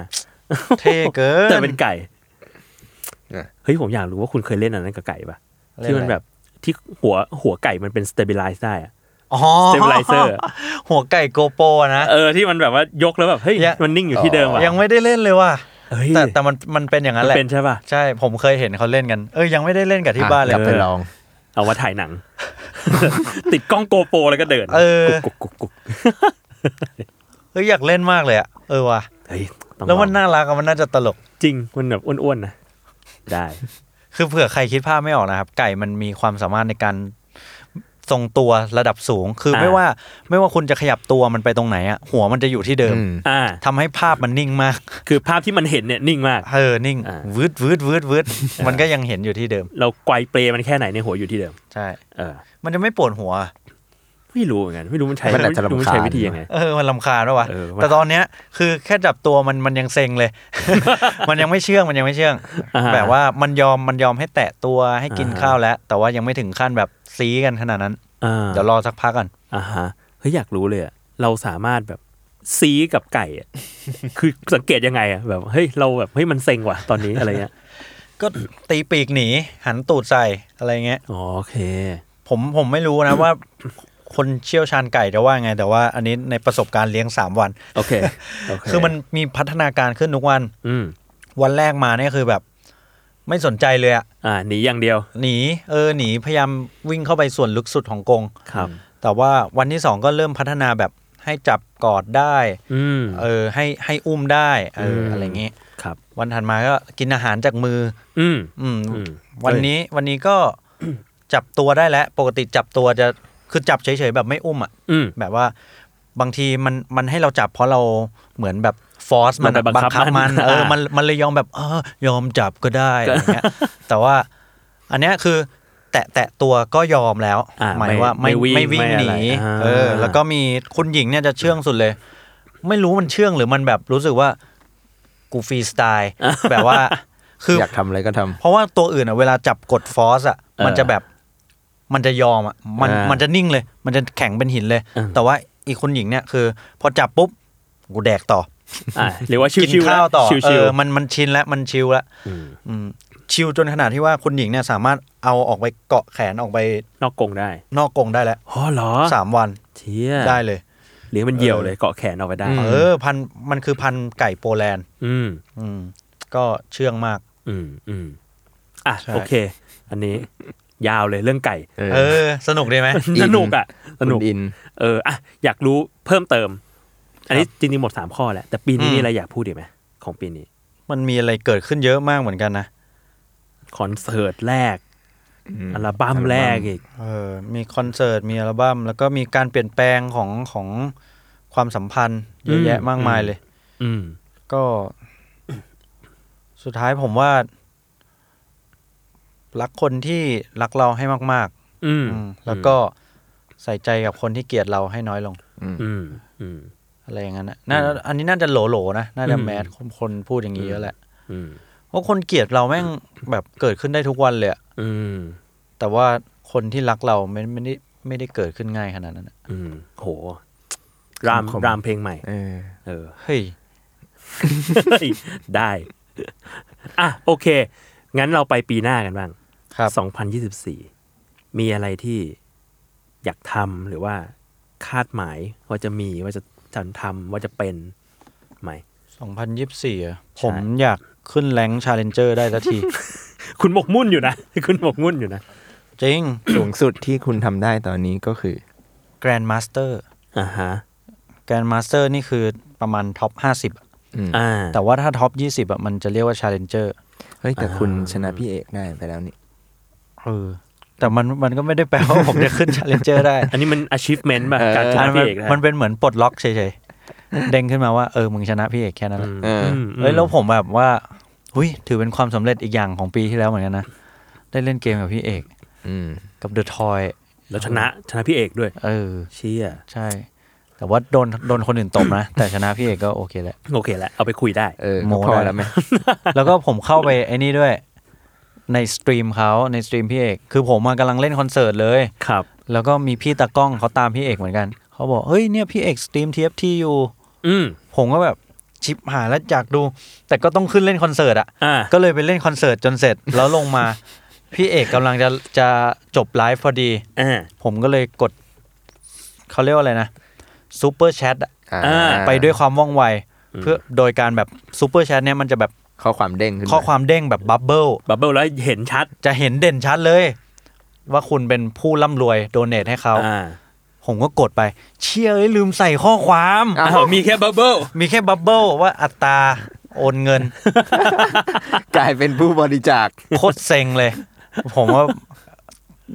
Speaker 2: เท่เกิน
Speaker 1: แต่เป็นไก่
Speaker 3: เนี่ย
Speaker 1: เฮ้ยผมอยากรู้ว่าคุณเคยเล่นอันนั้นกับไก่ปะ
Speaker 2: เล่
Speaker 1: ที่มัน
Speaker 2: อะไร
Speaker 1: แบบที่หัวหัวไก่มันเป็นสเต b ิ l ไลซ์ได้อะ
Speaker 2: อ๋อ
Speaker 1: stabilizer
Speaker 2: หัวไก่โกโปนะ
Speaker 1: เออที่มันแบบว่ายกแล้วแบบเฮ้ย
Speaker 2: ยัง
Speaker 1: มันนิ่งอยู่ที่เดิมว่ะ
Speaker 2: ยังไม่ได้เล่นเลยว่ะ
Speaker 1: เฮ้ย
Speaker 2: แต่แต่มันมันเป็นอย่างนั้นแห
Speaker 1: มัน
Speaker 2: ละ
Speaker 1: เป็นใช่ป่ะ
Speaker 2: ใช่ผมเคยเห็นเขาเล่นกันเอ้ยยังไม่ได้เล่นกับที่บ้านเลย
Speaker 3: อ่ะกลับไปลอง
Speaker 1: เอามาถ่ายหนั ง ติดกล้องโกโปรแล้วก็เดิน
Speaker 2: เออ
Speaker 1: กุกกุกกุกกุก
Speaker 2: เฮ้ยอยากเล่นมากเลยอะเออว่ะ
Speaker 1: เฮ้ยต้อง
Speaker 2: แล้วมั
Speaker 1: ล
Speaker 2: น
Speaker 1: อง
Speaker 2: น่ารักอะมันน่าจะตลก
Speaker 1: จริงมันแบบอ้วนๆนะได้
Speaker 2: คือเผื่อใครคิดภาพไม่ออกนะครับ ไก่มันมีความสามารถในการทรงตัวระดับสูง คือไม่
Speaker 1: อ่า
Speaker 2: ว่าไม่ว่าคุณจะขยับตัวมันไปตรงไหนอะหัวมันจะอยู่ที่เดิม
Speaker 3: อืม
Speaker 1: อ่า
Speaker 2: ทำให้ภาพมันนิ่งมาก
Speaker 1: คือภาพที่มันเห็นเนี่ยนิ่งมาก
Speaker 2: เออนิ่ง
Speaker 1: อ่า
Speaker 2: วืดวืดวืดวืดมันก็ยังเห็นอยู่ที่เดิม
Speaker 1: เราไกวเปลมันแค่ไหนในหัวอยู่ที่เดิม
Speaker 2: ใช่
Speaker 1: เออ
Speaker 2: มันจะไม่ปวดหัว
Speaker 1: ไม่รู้เหมือนกันไม่รู้มันใช้
Speaker 3: มันอาจจะ
Speaker 1: ไม่รู้มัน
Speaker 3: รำคาญ
Speaker 1: ใช้วิธียังไง
Speaker 2: เออ มันลำคาญปะวะ
Speaker 1: เออว่ะ
Speaker 2: แต่ตอนเนี้ยคือแค่จับตัวมันมันยังเซ็งเลย มันยังไม่เชื่องมันยังไม่เชื่อง
Speaker 1: อ่
Speaker 2: แบบว่ามันยอมมันยอมให้แตะตัวให้กินข้าวแล้ว แต่ว่ายังไม่ถึงขั้นแบบซีกันขนาดนั้น
Speaker 1: อ่า
Speaker 2: เดี๋ยวรอสักพักกัน
Speaker 1: อ่าฮะเฮ้ยอยากรู้เลยอะเราสามารถแบบซีกับไก่อะ คือสังเกตยังไงอะแบบเฮ้ยเราแบบเฮ้ยมันเซ็งว่ะตอนนี้อะไรเงี้ย
Speaker 2: ก็ ตีปีกหนี หันตูดใส่อะไรเงี้ย
Speaker 1: อ๋อโอเค
Speaker 2: ผมผมไม่รู้นะว่า คนเชี่ยวชาญไก่จะว่าไง แต่ว่าอันนี้ในประสบการณ์เลี้ยงสามวัน
Speaker 1: โอเคโเ
Speaker 2: คือมันมีพัฒนาการขึ้นทุกวัน
Speaker 1: อืม
Speaker 2: วันแรกมาเนี่ยคือแบบ ไม่สนใจเลยอะ
Speaker 1: อ่าหนีอย่างเดียว
Speaker 2: หนีเออหนีพยายามวิ่งเข้าไปส่วนลึกสุดของกรง
Speaker 1: ครับ
Speaker 2: แต่ว่าวันที่สองก็เริ่มพัฒนาแบบให้จับกอดได้
Speaker 1: อืม
Speaker 2: เออให้ให้อุ้มได้เอออ
Speaker 1: ม
Speaker 2: อะไรเงี้ย
Speaker 1: ครับ
Speaker 2: วันถัดมาก็กินอาหารจากมือ
Speaker 1: อืม
Speaker 2: อืม
Speaker 1: อืม
Speaker 2: วันนี้วันนี้ก็ จับตัวได้แล้ว ปกติจับตัวจะคือจับเฉยๆแบบไม่อุ้มอ่ะ
Speaker 1: อืม
Speaker 2: แบบว่าบางทีมันมันให้เราจับเพราะเราเหมือนแบบฟอสมัน
Speaker 1: มั
Speaker 2: อะ
Speaker 1: นไปบังคับ
Speaker 2: มัน
Speaker 1: มัน
Speaker 2: เออ
Speaker 1: อ่ามั
Speaker 2: มันมันเลยยอมแบบเออยอมจับก็ ได้อะไรเงี้ย แต่ว่า อันเนี้ยคือ แตะแตะตัวก็ยอมแล้ว
Speaker 1: อ่า
Speaker 2: หมายว่า
Speaker 1: ไม่
Speaker 2: ไม่
Speaker 1: ไม่วิ่ง
Speaker 2: ไม่วิ่
Speaker 1: ไม่อะ
Speaker 2: งห
Speaker 1: ไร
Speaker 2: นี
Speaker 1: อ่า
Speaker 2: เออ แล้วก็มีคุณหญิงเนี่ยจะเชื่องสุดเลย ไม่รู้มันเชื่องหรือมันแบบรู้สึกว่ากูฟรีสไตล์แบบว่า คืออ
Speaker 3: อยากทำอะไรก็ทำ
Speaker 2: เพราะว่าตัวอื่นอ่ะเวลาจับกดฟอสอ่ะมันจะแบบมันจะยอมอ่ะมัน
Speaker 1: อ่ามั
Speaker 2: มันจะนิ่งเลย มันจะแข็งเป็นหินเลย
Speaker 1: อืม
Speaker 2: แต่ว่าอีกคนหญิงเนี่ยคือ พอจับปุ๊บกูแดกต่อ
Speaker 1: อ่าหรือว่าชิว
Speaker 2: กิน
Speaker 1: ๆ
Speaker 2: ข้าวต่อเอ
Speaker 1: ชิว
Speaker 2: อมันมันชินแล้วมันชิลแล้ว
Speaker 1: ๆม
Speaker 2: อืมชิลจนขนาดที่ว่าคุณหญิงเนี่ยสามารถเอาออกไปเกาะแขนออกไป
Speaker 1: นอกกรงได้
Speaker 2: นอกกรงได้แล้ว
Speaker 1: อ๋อเหรอ
Speaker 2: สามวัน
Speaker 1: เชี่ย
Speaker 2: ได้เลย
Speaker 1: หรือมันเหี่ยวเลยเกาะแขนเอาไปได้
Speaker 3: อืม
Speaker 2: เออพันธุ์มันคือพันธุ์ไก่โปแลนด์
Speaker 1: อืม
Speaker 2: อืม ก็เชื่องมาก
Speaker 1: อืมอืมอ่ะ
Speaker 2: ใช่
Speaker 1: โอเค อันนี้ ยาวเลยเรื่องไก่
Speaker 3: เอ
Speaker 2: เอ
Speaker 3: อ
Speaker 2: อ สนุกดีไหม
Speaker 1: สนุกอ่ะสนุก
Speaker 3: คุณอิน
Speaker 1: เอออ่ะอยากรู้เพิ่มเติม อันนี้จริงๆหมดสามข้อแหละแต่ปีนี้
Speaker 2: อืม
Speaker 1: มีอะไรอยากพูดอีกไหมของปีนี้
Speaker 2: มันมีอะไรเกิดขึ้นเยอะมากเหมือนกันนะ
Speaker 1: คอนเสิร์ตแรกอัลบั้มแรกอีก
Speaker 2: เออมีคอนเสิร์ต มีอัลบั้ม แล้วก็มีการเปลี่ยนแปลงของของความสัมพันธ์เยอะแยะ
Speaker 1: อืม
Speaker 2: มากมายเลย
Speaker 1: อืม
Speaker 2: ก็ สุดท้ายผมว่า รักคนที่รักเราให้มาก
Speaker 1: อื
Speaker 2: ๆ
Speaker 1: ม
Speaker 2: อืมแล้วก็ใส่ใจกับคนที่เกลียดเราให้น้อยลง
Speaker 1: อืมอืม
Speaker 2: อะไรอย่างนั้นนะน่าอันนี้น่าจะโหลโหลๆนะ น่าจะ
Speaker 1: อืม
Speaker 2: แมสคนคนพูดอย่างนี้เยอะแหละ
Speaker 1: อืม
Speaker 2: เพราะคนเกลียดเราแม่งแบบเกิดขึ้นได้ทุกวันเลยอะ
Speaker 1: อืม
Speaker 2: แต่ว่าคนที่รักเราไม่ไม่ได้ไม่ได้เกิดขึ้นง่ายขนาดนั้นอะ
Speaker 1: อืมโหราม
Speaker 3: คมๆ
Speaker 1: รามเพลงใหม่
Speaker 3: เออ
Speaker 1: เออ
Speaker 2: เฮ้ย
Speaker 1: เฮ้ยได้ อ่ะโอเค งั้นเราไปปีหน้ากันบ้าง
Speaker 2: ครับ
Speaker 1: สองพันยี่สิบสี่มีอะไรที่อยากทำหรือว่าคาดหมายว่าจะมีว่าจะจันทำว่าจะเป็นไหม
Speaker 2: 2024อะ
Speaker 1: ใช่
Speaker 2: ผมอยากขึ้นแรงชาเลนเจอร์ได้สัก ที
Speaker 1: คุณหมกมุ่นอยู่นะ คุณหมกมุ่นอยู่นะ
Speaker 2: จริง
Speaker 3: สูงสุดที่คุณทำได้ตอนนี้ก็คือ
Speaker 2: แกรนด์มาสเตอร์
Speaker 1: อ่าฮะ
Speaker 2: แกรนด์มาสเตอร์นี่คือประมาณท็อป 50อะ
Speaker 1: อ่า
Speaker 2: แต่ว่าถ้าท็อป 20 อ่ะ มันจะเรียกว่าชาเลนเจอร์
Speaker 3: เฮ้ย แต่คุณชนะพี่เอกได้ไปแล้วนี่
Speaker 2: เออแต่มันมันก็ไม่ได้แปลว่า ผมจะขึ้นชาเลนเจอร์ได้
Speaker 1: อันนี้มัน achievement แบบการ ช
Speaker 2: อัน
Speaker 1: นะ
Speaker 2: นั้นมั
Speaker 1: พี่
Speaker 2: น
Speaker 1: เอกนะ
Speaker 2: มันเป็นเหมือนปลดล็อกเฉยๆ เด้งขึ้นมาว่าเออมึงชนะพี่เอกแค่นั้นแหละ
Speaker 3: เอออื
Speaker 1: ม
Speaker 2: เฮ้ยแล้วผมแบบว่าหุยถือเป็นความสำเร็จอีกอย่างของปีที่แล้วเหมือนกันนะได้เล่นเกมกับพี่เอก
Speaker 3: อืม
Speaker 2: กับเดอะทอย
Speaker 1: แล้วชนะชนะพี่เอกด้วย
Speaker 2: เออ
Speaker 1: เชี่ย
Speaker 2: ใช่ แต่ว่าโดนโดนคนอื่นตบนะ แต่ชนะพี่เอกก็โอเคแหละ
Speaker 1: โอเคแหละเอาไปคุยได้
Speaker 3: เออ
Speaker 2: โม้
Speaker 3: ก็พอ
Speaker 2: ได้
Speaker 3: แล้วไหม
Speaker 2: แล้วก็ผมเข้าไปไอ้นี่ด้วย ในสตรีมเขาในสตรีมพี่เอก คือผมมากำลังเล่นคอนเสิร์ตเลย
Speaker 1: ครับ
Speaker 2: แล้วก็มีพี่ตากล้องเขาตามพี่เอกเหมือนกัน เขาบอก เฮ้ยเนี่ยพี่เอกสตรีม TFT อยู่
Speaker 1: อืม
Speaker 2: ผมก็แบบชิปหายแล้วอยากดู แต่ก็ต้องขึ้นเล่นคอนเสิร์ตอ่ะ
Speaker 1: อ่า
Speaker 2: ก็เลยไปเล่นคอนเสิร์ตจนเสร็จ แล้วลงมา พี่เอกกำลังจะจะจบไลฟ์พอดี
Speaker 1: อ่า
Speaker 2: ผมก็เลยกดเขาเรียกว่าอะไรนะซูเปอร์แชท
Speaker 1: อ่า
Speaker 2: ไปด้วยความว่องไว
Speaker 1: อืม
Speaker 2: เพื่อโดยการแบบซูเปอร์แชทเนี่ยมันจะแบบ
Speaker 3: ข้อความเด้งขึ้น
Speaker 2: ข้อความเด้งแบบบับเบิล
Speaker 1: บับเบิลแล้วเห็นชัด
Speaker 2: จะเห็นเด่นชัดเลย ว่าคุณเป็นผู้ร่ำรวยโดเนทให้เขา
Speaker 1: อ่า
Speaker 2: ผ ผมก็กดไป เชี่ยเอ้ยลืมใส่ข้อความ
Speaker 1: อ้าวมีแค่บับเบิ้ล
Speaker 2: มีแค่บับเบิลว่าอัตราโอนเงิน
Speaker 3: กลายเป็นผู้บริจาค
Speaker 2: โคตรเซ็งเลย ผมว่า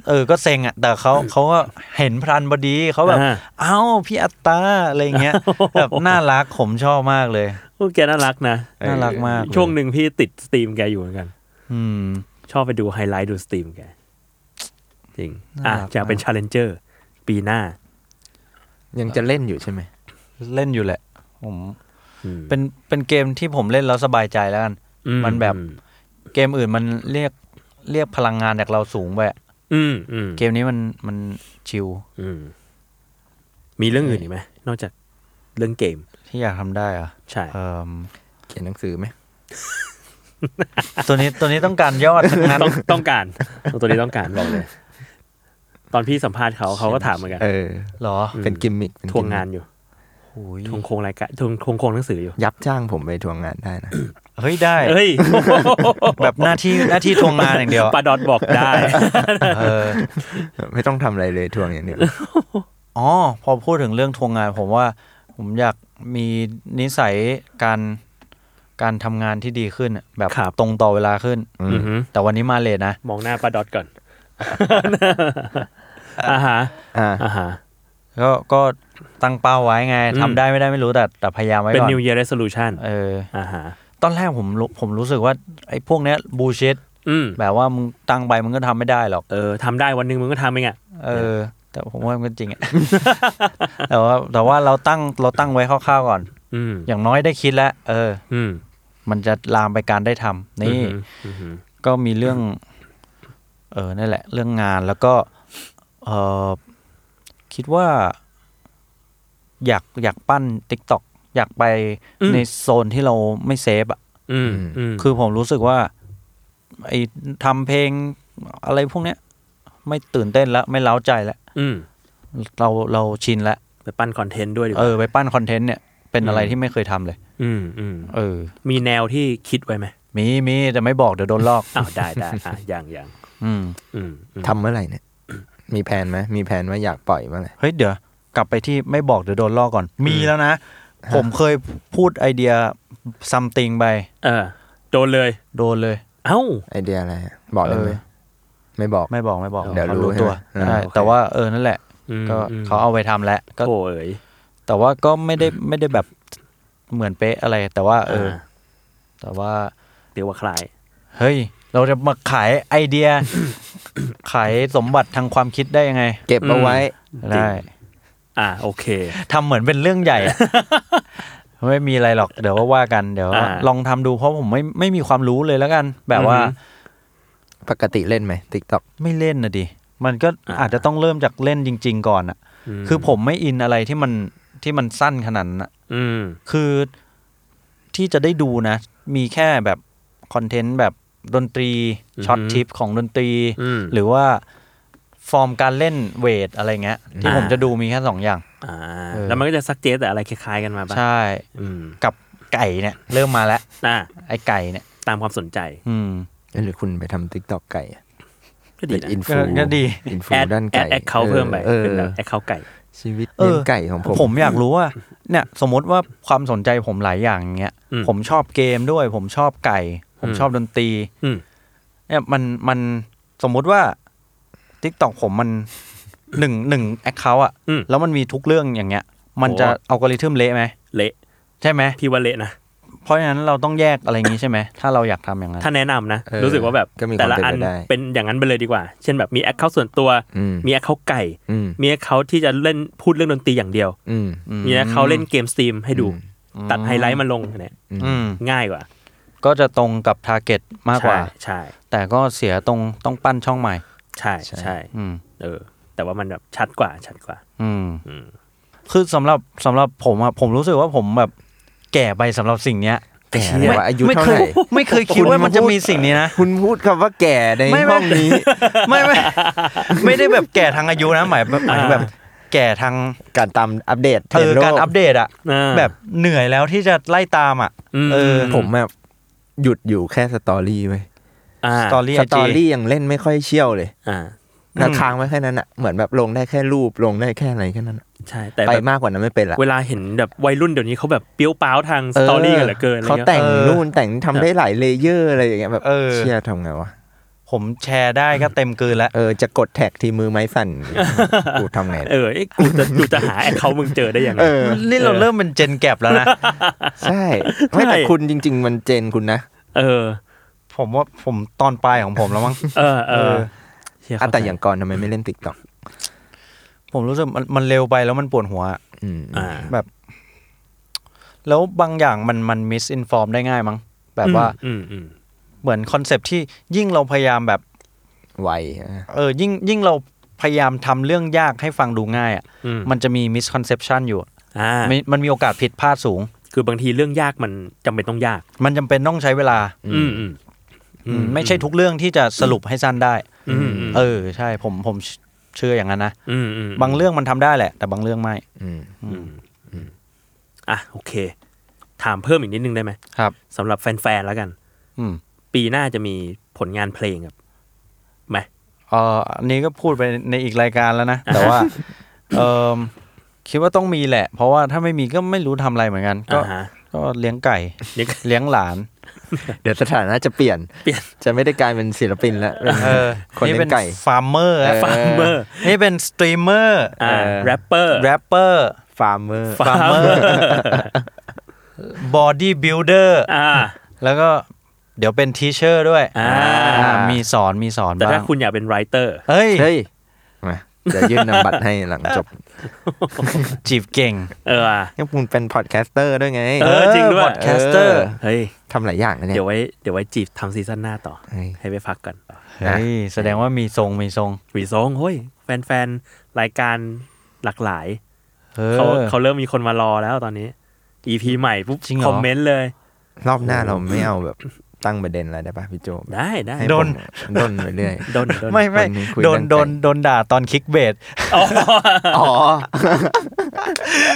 Speaker 2: เออก็เซ็งอ่ะ แต่ เขาเขาก็เห็นพรันบดีเขาแบบ
Speaker 1: อ่า
Speaker 2: เอ้าพี่อัตตาอะไรเงี้ย แบบน่ารักผมชอบมากเลย
Speaker 1: โอ้แกน่ารักนะ
Speaker 3: เออ
Speaker 2: น่ารักมากเลย
Speaker 1: ช่วงหนึ่งพี่ติดสตรีมแกอยู่เหมือนกัน
Speaker 2: อืม
Speaker 1: ชอบไปดูไฮไลท์ดูสตรีมแก จริง อ่ะ
Speaker 2: น่ารัก
Speaker 1: จะเป็นชาเลนเจอร์ปีหน้า
Speaker 3: ยังจะเล่นอยู่ใช่ไหม
Speaker 2: เล่นอยู่แหละ ผม
Speaker 1: อืม
Speaker 2: เป็นเป็นเกมที่ผมเล่นแล้วสบายใจแล้วกัน
Speaker 1: อื
Speaker 2: มันแบบ เกมอื่นมันเรียกเรียกพลังงานจากเราสูงไปอะ
Speaker 1: อืมอืม
Speaker 2: เกมนี้มันมันชิล
Speaker 1: อืมมีเรื่องอื่นอีกไหมนอกจากเรื่องเกม
Speaker 2: ที่อยากทำได้อะ
Speaker 1: ใช่
Speaker 2: เอ่ม
Speaker 3: เขียนหนังสือไหม
Speaker 2: ตัวนี้ตัวนี้ต้องการยอ ดทั้งนั้น
Speaker 1: ต้องต้องการตัวนี้ต้องการบอก เลย ตอนพี่สัมภาษณ์เขาเขาก็ถามเหมือนกัน
Speaker 3: เออ
Speaker 2: เหรอ
Speaker 3: เป็นกิมมิคเป็
Speaker 1: ท
Speaker 3: กิมมิคว
Speaker 1: งงานอยู่
Speaker 2: โอ้ย
Speaker 1: ทวงโครงรายการทวงทวงโครงหนังสืออยู่
Speaker 3: ยับจ้างผมไปทวงงานได้นะ
Speaker 2: เฮ้ยได้
Speaker 1: เอ้ย
Speaker 2: แบบหน้าที่หน้าที่ทวงงานอย่างเดียวอะ
Speaker 1: ปาดอดบอกได้
Speaker 2: เออ
Speaker 3: ไม่ต้องทำอะไรเลยทวงอย่างเดียว
Speaker 2: อ๋อพอพูดถึงเรื่องทวงงาน ผมว่า ผมอยากมีนิสัยการการทำงานที่ดีขึ้นอะแบบ
Speaker 1: ครับ
Speaker 2: ตรงต่อเวลาขึ้น
Speaker 3: อื
Speaker 1: อื
Speaker 3: ม
Speaker 1: อหือ
Speaker 2: แต่วันนี้มาเลทนะ
Speaker 1: มองหน้าปาดอดก่อนอาฮะ
Speaker 3: อ่า
Speaker 1: อาฮะ
Speaker 2: ก็ก็ตั้งเป้าไว้ไง
Speaker 1: อืม
Speaker 2: ทำได้ไม่ได้ไม่รู้แต่แต่พยายามไว้
Speaker 1: เป็น
Speaker 2: ก่อน
Speaker 1: New Year Resolution
Speaker 2: เออ
Speaker 1: อ่าฮะ
Speaker 2: ตอนแรกผมรู้ผมรู้สึกว่าไอ้พวกเนี้ยบูชิด
Speaker 1: อืม
Speaker 2: แบบว่ามึงตั้งไปมึงก็ทำไม่ได้หรอก
Speaker 1: เออทำได้วันหนึ่งมึงก็ทำเองอ่ะ
Speaker 2: เออ แต่ผมว่ามันก็จริงอะ แต่ว่าแต่ว่าเราตั้งเราตั้งไว้คร่าวๆก่อน
Speaker 1: อืม
Speaker 2: อย่างน้อยได้คิดแล้วเออ
Speaker 1: อืม
Speaker 2: มันจะลามไปการได้ทำนี่
Speaker 1: อือหือ
Speaker 2: ก็มีเรื่อง เออนั่นแหละ เรื่องงานแล้วก็ เออคิดว่า อยากอยากปั้นติ๊กต็อกอยากไปในโซนที่เราไม่เซฟอะ
Speaker 1: อืมอืม
Speaker 2: คือผมรู้สึกว่าไอ้ทำเพลงอะไรพวกเนี้ย ไม่ตื่นเต้นแล้ว ไม่เล้าใจแล้ว
Speaker 1: อืม
Speaker 2: เราเราชินแล้ว
Speaker 1: ไปปั้นคอนเทนต์ด้วยดีก
Speaker 2: เอ
Speaker 1: ว่า
Speaker 2: อไปปั้นคอนเทนต์เนี่ย เป็นอะไร
Speaker 1: อืม
Speaker 2: ที่ไม่เคยทำเลย
Speaker 1: อืมอืม
Speaker 2: เออ
Speaker 1: มีแนวที่คิดไว้ไหม
Speaker 2: มีมีแต่ไม่บอกเดี๋ยวโดนลอก
Speaker 1: อ้าวได้ได้อ่ะ อย่างอย่าง
Speaker 2: อืม
Speaker 1: อืมอืม
Speaker 3: ทำเมื่อไหร่เนี่ย มีแผนไหมมีแผนว่าอยากปล่อยเมื่อไหร่
Speaker 2: เฮ้ยเดี๋ยว กลับไปที่ไม่บอกเดี๋ยวโดนลอกก่อน มีแล้วนะ ผมเคยพูดไอเดียซัมติงไป
Speaker 1: เออโดนเลย
Speaker 2: โดนเลย
Speaker 1: เอ้า
Speaker 3: ไอเดียอะไรอะบอกได้ไหม
Speaker 2: เออ
Speaker 3: ไม่บอก
Speaker 2: ไม่บอกไม่บอก
Speaker 3: เดี๋ยว
Speaker 2: ขา
Speaker 3: รู้
Speaker 2: ตัว
Speaker 3: ใช่ไหม
Speaker 1: อ่า
Speaker 2: ใช่
Speaker 1: โอเค
Speaker 2: แต่ว่าเออนั่นแหละ
Speaker 1: อืม
Speaker 2: ก็
Speaker 1: อืม
Speaker 2: เขาเอาไปทำแล้วก็
Speaker 1: โถ่เอ๋ย
Speaker 2: แต่ว่าก็ไม่ได้ไม่ได้แบบเหมือนเป๊ะอะไร แต่ว่า เออ แต่ว่า
Speaker 1: เรียกว่าคลาย
Speaker 2: เฮ้ย เราจะมาขายไอเดีย ขายสมบัติทางความคิดได้ยังไง
Speaker 3: เก็บเอาไว้
Speaker 2: ได้
Speaker 1: อ่ะโอเค
Speaker 2: ทำเหมือนเป็นเรื่องใหญ่อะ ไม่มีอะไรหรอก เดี๋ยวว่าว่ากันเดี๋ยว
Speaker 1: อ่า
Speaker 2: ลองทำดูเพราะผมไม่ไม่มีความรู้เลยแล้วกัน แบบว่า
Speaker 1: อือหื
Speaker 3: ปกติเล่นไหมติ๊กต็อก
Speaker 2: ไม่เล่นนะดิมันก็
Speaker 1: อ่า
Speaker 2: อาจจะต้องเริ่มจากเล่นจริง ๆ ก่อนอะ
Speaker 1: ม
Speaker 2: คือผมไม่อินอะไรที่มันที่มันสั้นขนาดนั้นอะ
Speaker 1: อืม
Speaker 2: คือที่จะได้ดูนะ มีแค่แบบคอนเทนต์แบบดนตรี
Speaker 1: อือฮึ
Speaker 2: ช็อตทิปของดนตรี
Speaker 1: อืม
Speaker 2: หรือว่าฟอร์มการเล่นเวทอะไรเงี้ย ที่
Speaker 1: อ่า
Speaker 2: ผมจะดูมีแค่สองอย่าง
Speaker 1: อ่า
Speaker 2: เออ
Speaker 1: แล้วมันก็จะซักเจสแต่อะไรคล้ายๆกันมาปะ
Speaker 2: ใช่
Speaker 1: อืม
Speaker 2: กับไก่เนี่ย เริ่มมาแล้ว
Speaker 1: อ่ะ
Speaker 2: ไอ้ไก่เนี่ย
Speaker 1: ตามความสนใจ
Speaker 2: อืม
Speaker 3: เอ้ยหรือคุณไปทำติ๊กต็อกไก่อะ
Speaker 1: ก็ดี
Speaker 3: เป็น
Speaker 1: นะ
Speaker 3: อิน
Speaker 2: ก็
Speaker 3: ฟู
Speaker 2: ก็ดี
Speaker 3: อินฟู
Speaker 1: แอด
Speaker 3: ด้าน
Speaker 1: แอ
Speaker 3: ไก่
Speaker 1: ดแอคเคาเพิ่มไป
Speaker 3: เออ
Speaker 1: เป็นแบบ
Speaker 3: เอ
Speaker 1: แอ
Speaker 3: อ
Speaker 1: คเคาไก่
Speaker 3: ชีวิต
Speaker 2: เออ
Speaker 3: เลี้ยงไก่ของผม
Speaker 2: ผมอยากรู้ว่า เนี่ย สมมติว่าความสนใจผมหลายอย่างเงี้ย
Speaker 1: อืม
Speaker 2: ผมชอบเกมด้วย ผมชอบไก่ ผม
Speaker 1: อืม
Speaker 2: ชอบดนตรี
Speaker 1: อืม
Speaker 2: เนี่ยมันมันสมมุติว่าทิกตอกผมมัน หนึ่งหนึ่งแอคเคาท์อ่ะ
Speaker 1: อืม
Speaker 2: แล้วมันมีทุกเรื่องอย่างเงี้ย มันจะ
Speaker 1: โอ้
Speaker 2: อัลกอริทึมเละไหม
Speaker 1: เละ
Speaker 2: ใช่ไหม
Speaker 1: พี่ว่าเละนะ
Speaker 2: เพราะฉะนั้นเราต้องแยกอะไรอย่างงี้ใช่ไหม ถ้าเราอยากทำอย่างนั้น
Speaker 1: ถ้าแนะนำนะ
Speaker 3: เออ
Speaker 1: รู้สึกว่าแบบ
Speaker 3: ก็มีความ
Speaker 1: แต่ละ
Speaker 3: เป็นไป
Speaker 1: อัน
Speaker 3: ได้
Speaker 1: เป็นอย่างนั้นไปเลยดีกว่า เช่นแบบมีแอคเคาส่วนตัว
Speaker 3: อืม
Speaker 1: มีแอคเคาไก่
Speaker 3: อืม
Speaker 1: มีแอคเคาที่จะเล่นพูดเรื่องดนตรีอย่างเดียว
Speaker 3: อืม
Speaker 2: อื
Speaker 1: มีแอคเคาเล่นเกมสตรีมให้ดู ตัดไฮไลท์มาลงเนี่ย
Speaker 2: อืม
Speaker 1: ง่ายกว่า
Speaker 2: ก็จะตรงกับทาร์เก็ตมากกว่า
Speaker 1: ใช่
Speaker 2: แต่ก็เสียตรงต้องปั้นช่องใหม่
Speaker 1: ใช่ใช่ใช่
Speaker 2: อืม
Speaker 1: เออ แต่ว่ามันแบบชัดกว่าชัดกว่า
Speaker 2: อืม
Speaker 1: อืม
Speaker 2: คือสำหรับสำหรับผมอะผมรู้สึกว่าผมแบบ แก่ไปสำหรับสิ่งเนี้ย
Speaker 3: แก่แล้วว่าอายุเท่าไหร่
Speaker 2: ไม่เคยคิดว่ามันจะมีสิ่งนี้นะ
Speaker 3: คุณพูดคำว่าแก่ใน
Speaker 2: ไม่ไม่
Speaker 3: ห้องนี้
Speaker 2: ไม่ไม่ ไม่ได้แบบแก่ทางอายุนะหมายแบบหมายถึงแบบ แก่ทาง
Speaker 3: การตามอัปเดตเทร
Speaker 2: เอน อ
Speaker 3: ด์โล
Speaker 2: การ
Speaker 3: ก
Speaker 2: อัปเดตอะ
Speaker 1: อ่า
Speaker 2: แบบเหนื่อยแล้วที่จะไล่ตามอะ
Speaker 1: ม
Speaker 2: เออ
Speaker 3: ผมแบบหยุดอยู่แค่สตอรี่ไว้ย
Speaker 1: อ่า
Speaker 2: สตอรี่
Speaker 3: สตอรี่ยังเล่นไม่ค่อยเชี่ยวเลย
Speaker 1: อ่า
Speaker 3: นะค้างไว้แค่นั้นอะเหมือนแบบลงได้แค่รูปลงได้แค่อะไรแค่นั้นอะ
Speaker 1: ใช่แต่
Speaker 3: ไป
Speaker 1: แบบ
Speaker 3: มากกว่านั้นไม่เป็นละ
Speaker 1: เวลาเห็นแบบวัยรุ่นเดี๋ยวนี้เขาแบบเปรี้ยวป้าวทางสตอรี่กันเหลือเกินอะไร
Speaker 3: เขา
Speaker 1: เงี้ย
Speaker 3: แต่ง
Speaker 2: เออ
Speaker 3: นู่นแต่งนี่ทำได้หลายเลเยอร์อะไรอย่างเงี้ยแบบ
Speaker 2: เออ
Speaker 3: เชี่ยทำไงวะ
Speaker 2: ผมแชร์ได้ก็เต็มกลืนแล้ว
Speaker 3: เออจะกดแท็กทีมือไม้ สั่น กูทำไง
Speaker 1: เออเอ๊ะกูจะกูจะหาแอคเคาท์มึงเจอได้ยังไง
Speaker 3: เออ
Speaker 2: นี่เราเริ่มเป็นเจนแก็บแล้วนะ
Speaker 3: ใช่ไม่แต่
Speaker 1: ใช่
Speaker 3: คุณจริง ๆ มันเจนคุณนะ
Speaker 1: เออ
Speaker 2: ผมว่าผมตอนปลายของผมแล้วมั้ง
Speaker 1: เออเออเชี่ย
Speaker 3: อ่ะ
Speaker 1: เข้าใจ
Speaker 3: แต่อย่างก่อนทำไมไม่เล่นติ๊กต็อก
Speaker 2: ผมรู้สึกมันมันเร็วไปแล้วมันปวดหัวอะ
Speaker 1: อ่า
Speaker 2: แล้วบางอย่างมันมันมิสอินฟอร์มได้ง่ายมั้งแบบว่า
Speaker 1: อืมอืม
Speaker 2: เหมือนคอนเซปต์ที่ยิ่งเราพยายามแบบ
Speaker 3: ไว
Speaker 2: เออยิ่งยิ่งเราพยายามทำเรื่องยากให้ฟังดูง่ายอ่ะ
Speaker 1: อืม
Speaker 2: มันจะมีมิสคอนเซปชันอยู่อะ
Speaker 1: อ่า
Speaker 2: มันมันมีโอกาสผิดพลาดสูง
Speaker 1: คือบางทีเรื่องยากมันจำเป็นต้องยาก
Speaker 2: มันจำเป็นต้องใช้เวลา
Speaker 1: อืมอืม อืม
Speaker 2: ไม่ใช่ทุกเรื่องที่จะสรุปให้สั้นได้
Speaker 1: อืมอืม
Speaker 2: เออใช่ผมผมเชื่ออย่างนั้นนะ
Speaker 1: อืมอืม
Speaker 2: บางเรื่องมันทำได้แหละ แต่บางเรื่องไม่
Speaker 3: อืม
Speaker 1: อ่ะโอเค ถามเพิ่มอีกนิดนึงได้ไหม
Speaker 2: ครับ
Speaker 1: สำหรับแฟนๆแล้วกัน
Speaker 2: อืม
Speaker 1: ปีหน้าจะมีผลงานเพลงครับไหม
Speaker 2: เอ่ออันนี้ก็พูดไปในอีกรายการแล้วนะ แต่ว่าเออคิดว่าต้องมีแหละ เพราะว่าถ้าไม่มีก็ไม่รู้ทำอะไรเหมือนกัน ก็
Speaker 1: อ่าฮะ
Speaker 2: ก็เลี้ยงไก่
Speaker 1: เดี๋ยว
Speaker 2: เลี้ยงหลาน
Speaker 3: เดี๋ยวสถานะจะเปลี่ยน
Speaker 1: เปลี่ยน
Speaker 3: จะไม่ได้กลายเป็นศิลปินแล้วเป็น
Speaker 2: เออ
Speaker 3: คน
Speaker 2: นี่
Speaker 3: เลี้
Speaker 2: เป็
Speaker 3: ย
Speaker 2: น
Speaker 3: งไก่
Speaker 2: ฟาร์มเมอร์
Speaker 3: เออ
Speaker 1: ฟาร์มเมอร์
Speaker 2: นี่เป็นสตรีมเมอร์
Speaker 1: อ่า
Speaker 3: เออ
Speaker 1: แรปเปอร์
Speaker 2: แรปเปอร์
Speaker 3: ฟาร์มเมอร์
Speaker 1: ฟาร์มเมอร์
Speaker 2: บอดี้บิลเดอร์
Speaker 1: อ่า
Speaker 2: แล้วก็เดี๋ยวเป็นทีเชอร์ด้วย
Speaker 1: อ่า
Speaker 2: อ่ามีสอนมีสอน
Speaker 1: แต่
Speaker 2: บ้า
Speaker 1: ถ้าง คุณอยากเป็นไรเตอร์
Speaker 2: เฮ้ย
Speaker 3: เฮ้ยมาเดี๋ยวยื่นนำบัตรให้หลังจบ
Speaker 2: จีบเก่ง
Speaker 1: เอออ่ะ
Speaker 3: นี่คุณเป็นพอดแคสเตอร์ด้วยไง
Speaker 1: เออจริงด้วย
Speaker 2: พอดแคสเตอร์
Speaker 1: เฮ้ย
Speaker 3: ทำหลายอย่างนะเนี่ย
Speaker 1: เดี๋ยวไว้ เดี๋ยวไว้จีบทำซีซั่นหน้าต่อ
Speaker 3: เฮ้ย
Speaker 1: ให้ไปพักกัน
Speaker 2: เฮ้ยแสดงว่ามีทรงมีทรง
Speaker 1: หวีซองเฮ้ย แฟนๆ รายการหลากหลาย
Speaker 2: เออ
Speaker 1: เขาเขาเริ่มมีคนมารอแล้วตอนนี้ EP ใหม่ปุ๊บ
Speaker 2: จริงเหรอ
Speaker 1: คอมเมนต์เลย
Speaker 3: รอบหน้าเราไม่เอาแบบตั้งประเด็นอะไรได้ป่ะพี่โจ
Speaker 1: ได้ได้
Speaker 3: ให้ผม
Speaker 2: โดน
Speaker 3: โดนไปเรื่อย
Speaker 1: โดนโดน
Speaker 2: ไม่ไม่
Speaker 3: วันนี้คุย
Speaker 2: โดน
Speaker 3: เรื่อง
Speaker 2: โดน
Speaker 3: ไก่
Speaker 2: โดนด่าตอนคลิกเบส
Speaker 1: อ๋อ
Speaker 3: อ๋อ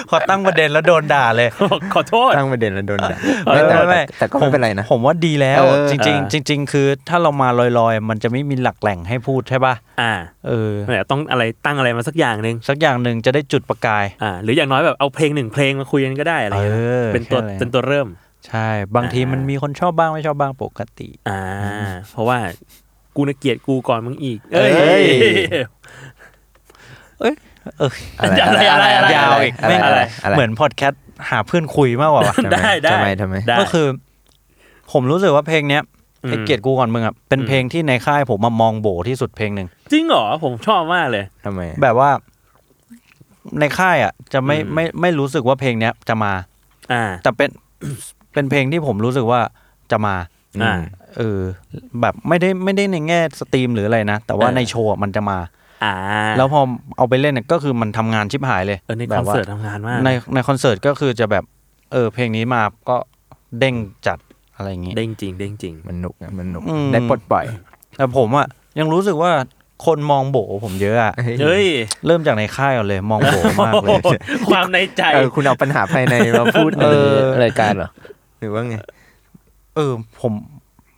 Speaker 2: พอตั้งประเด็นแล้วโดนด่าเลย
Speaker 1: บอก ขอโทษ
Speaker 3: ตั้งประเด็นแล้วโดนด่าไม่แต่แต่แต่ก็ไม่เป็นไรนะ
Speaker 2: ผมผมว่าดีแล้ว
Speaker 3: เออ
Speaker 2: จริง ๆ จริง ๆ คือถ้าเรามาลอยๆ มันจะไม่มีหลักแหล่งให้พูดใช่ป่ะ
Speaker 1: อ่า
Speaker 2: เออ
Speaker 1: เนี่ยต้องอะไรตั้งอะไรมาสักอย่างหนึ่ง
Speaker 2: สักอย่างหนึ่งจะได้จุดประกาย
Speaker 1: อ่า หรืออย่างน้อยแบบเอาเพลงหนึ่งเพลงมาคุยกันก็ได้อะไรอย่างเงี้ย
Speaker 2: เออ
Speaker 1: เป็นตัว
Speaker 2: ใช่
Speaker 1: เป็นตัวเริ่ม
Speaker 2: ใช่ บางทีมันมีคนชอบบ้างไม่ชอบบ้างปกติ
Speaker 1: อ่า เพราะว่ากูนะเกลียดกูก่อนมึงอีก เอ้
Speaker 3: เอ้
Speaker 1: ย
Speaker 3: ย
Speaker 2: เออ
Speaker 1: อะไรอะไรอะไร
Speaker 2: ยาวอีก
Speaker 3: อะไร
Speaker 2: ไม่
Speaker 3: อะไรอะไร
Speaker 2: เหมือนพอดแคสต์หาเพื่อนคุยมากกว่าว่ะ
Speaker 3: ทำม
Speaker 1: ได้ได้
Speaker 3: ทำไมทำไม
Speaker 1: ได้
Speaker 2: ก็คือ ผมรู้สึกว่าเพลงเนี้ยไอ้เกียรติกูก่อนมึงอ่ะเป็นเพลงที่ในค่ายผมมามองโบที่สุดเพลงหนึ่ง
Speaker 1: จริงเหรอ ผมชอบมากเลย
Speaker 3: ทำไม
Speaker 2: แบบว่าในค่ายอ่ะ จะไม่
Speaker 1: อืม
Speaker 2: ไม่ไม่รู้สึกว่าเพลงเนี้ยจะมา
Speaker 1: อ่า
Speaker 2: แต่เป็น เป็นเพลงที่ผมรู้สึกว่าจะมา
Speaker 1: อ่า
Speaker 2: เออ แบบไม่ได้ไม่ได้ในแง่สตรีมหรืออะไรนะ แต่ว่า
Speaker 1: เออ
Speaker 2: ในโชว์อะมันจะมา
Speaker 1: อ่า
Speaker 2: แล้วพอเอาไปเล่นเนี่ยก็คือมันทำงานชิบหายเลย
Speaker 1: เออใน
Speaker 2: แบ
Speaker 1: คอบ น
Speaker 2: ว่า
Speaker 1: เสิร์ตทำงานมาก
Speaker 2: ในในคอนเสิร์ตก็คือจะแบบ เออ เพลงนี้มาก็เด้งจัดอะไรอย่างงี้
Speaker 1: เด้งจริงเด้งจริง
Speaker 3: มันหนุกอะมันหนุก
Speaker 2: อืม
Speaker 3: ได้ปลดปล่อย
Speaker 2: แต่ผมอ่ะยังรู้สึกว่าคนมองโบผมเยอะ อะ
Speaker 1: เฮ้ย
Speaker 2: เริ่มจากในค่ายก่อนเลย มองโบมากเลย
Speaker 1: ความในใจ
Speaker 3: เออคุณเอาปัญหาภายในมาพูดใน
Speaker 2: เออ
Speaker 3: รายการเหรอ หรือว่าไง
Speaker 2: เออผม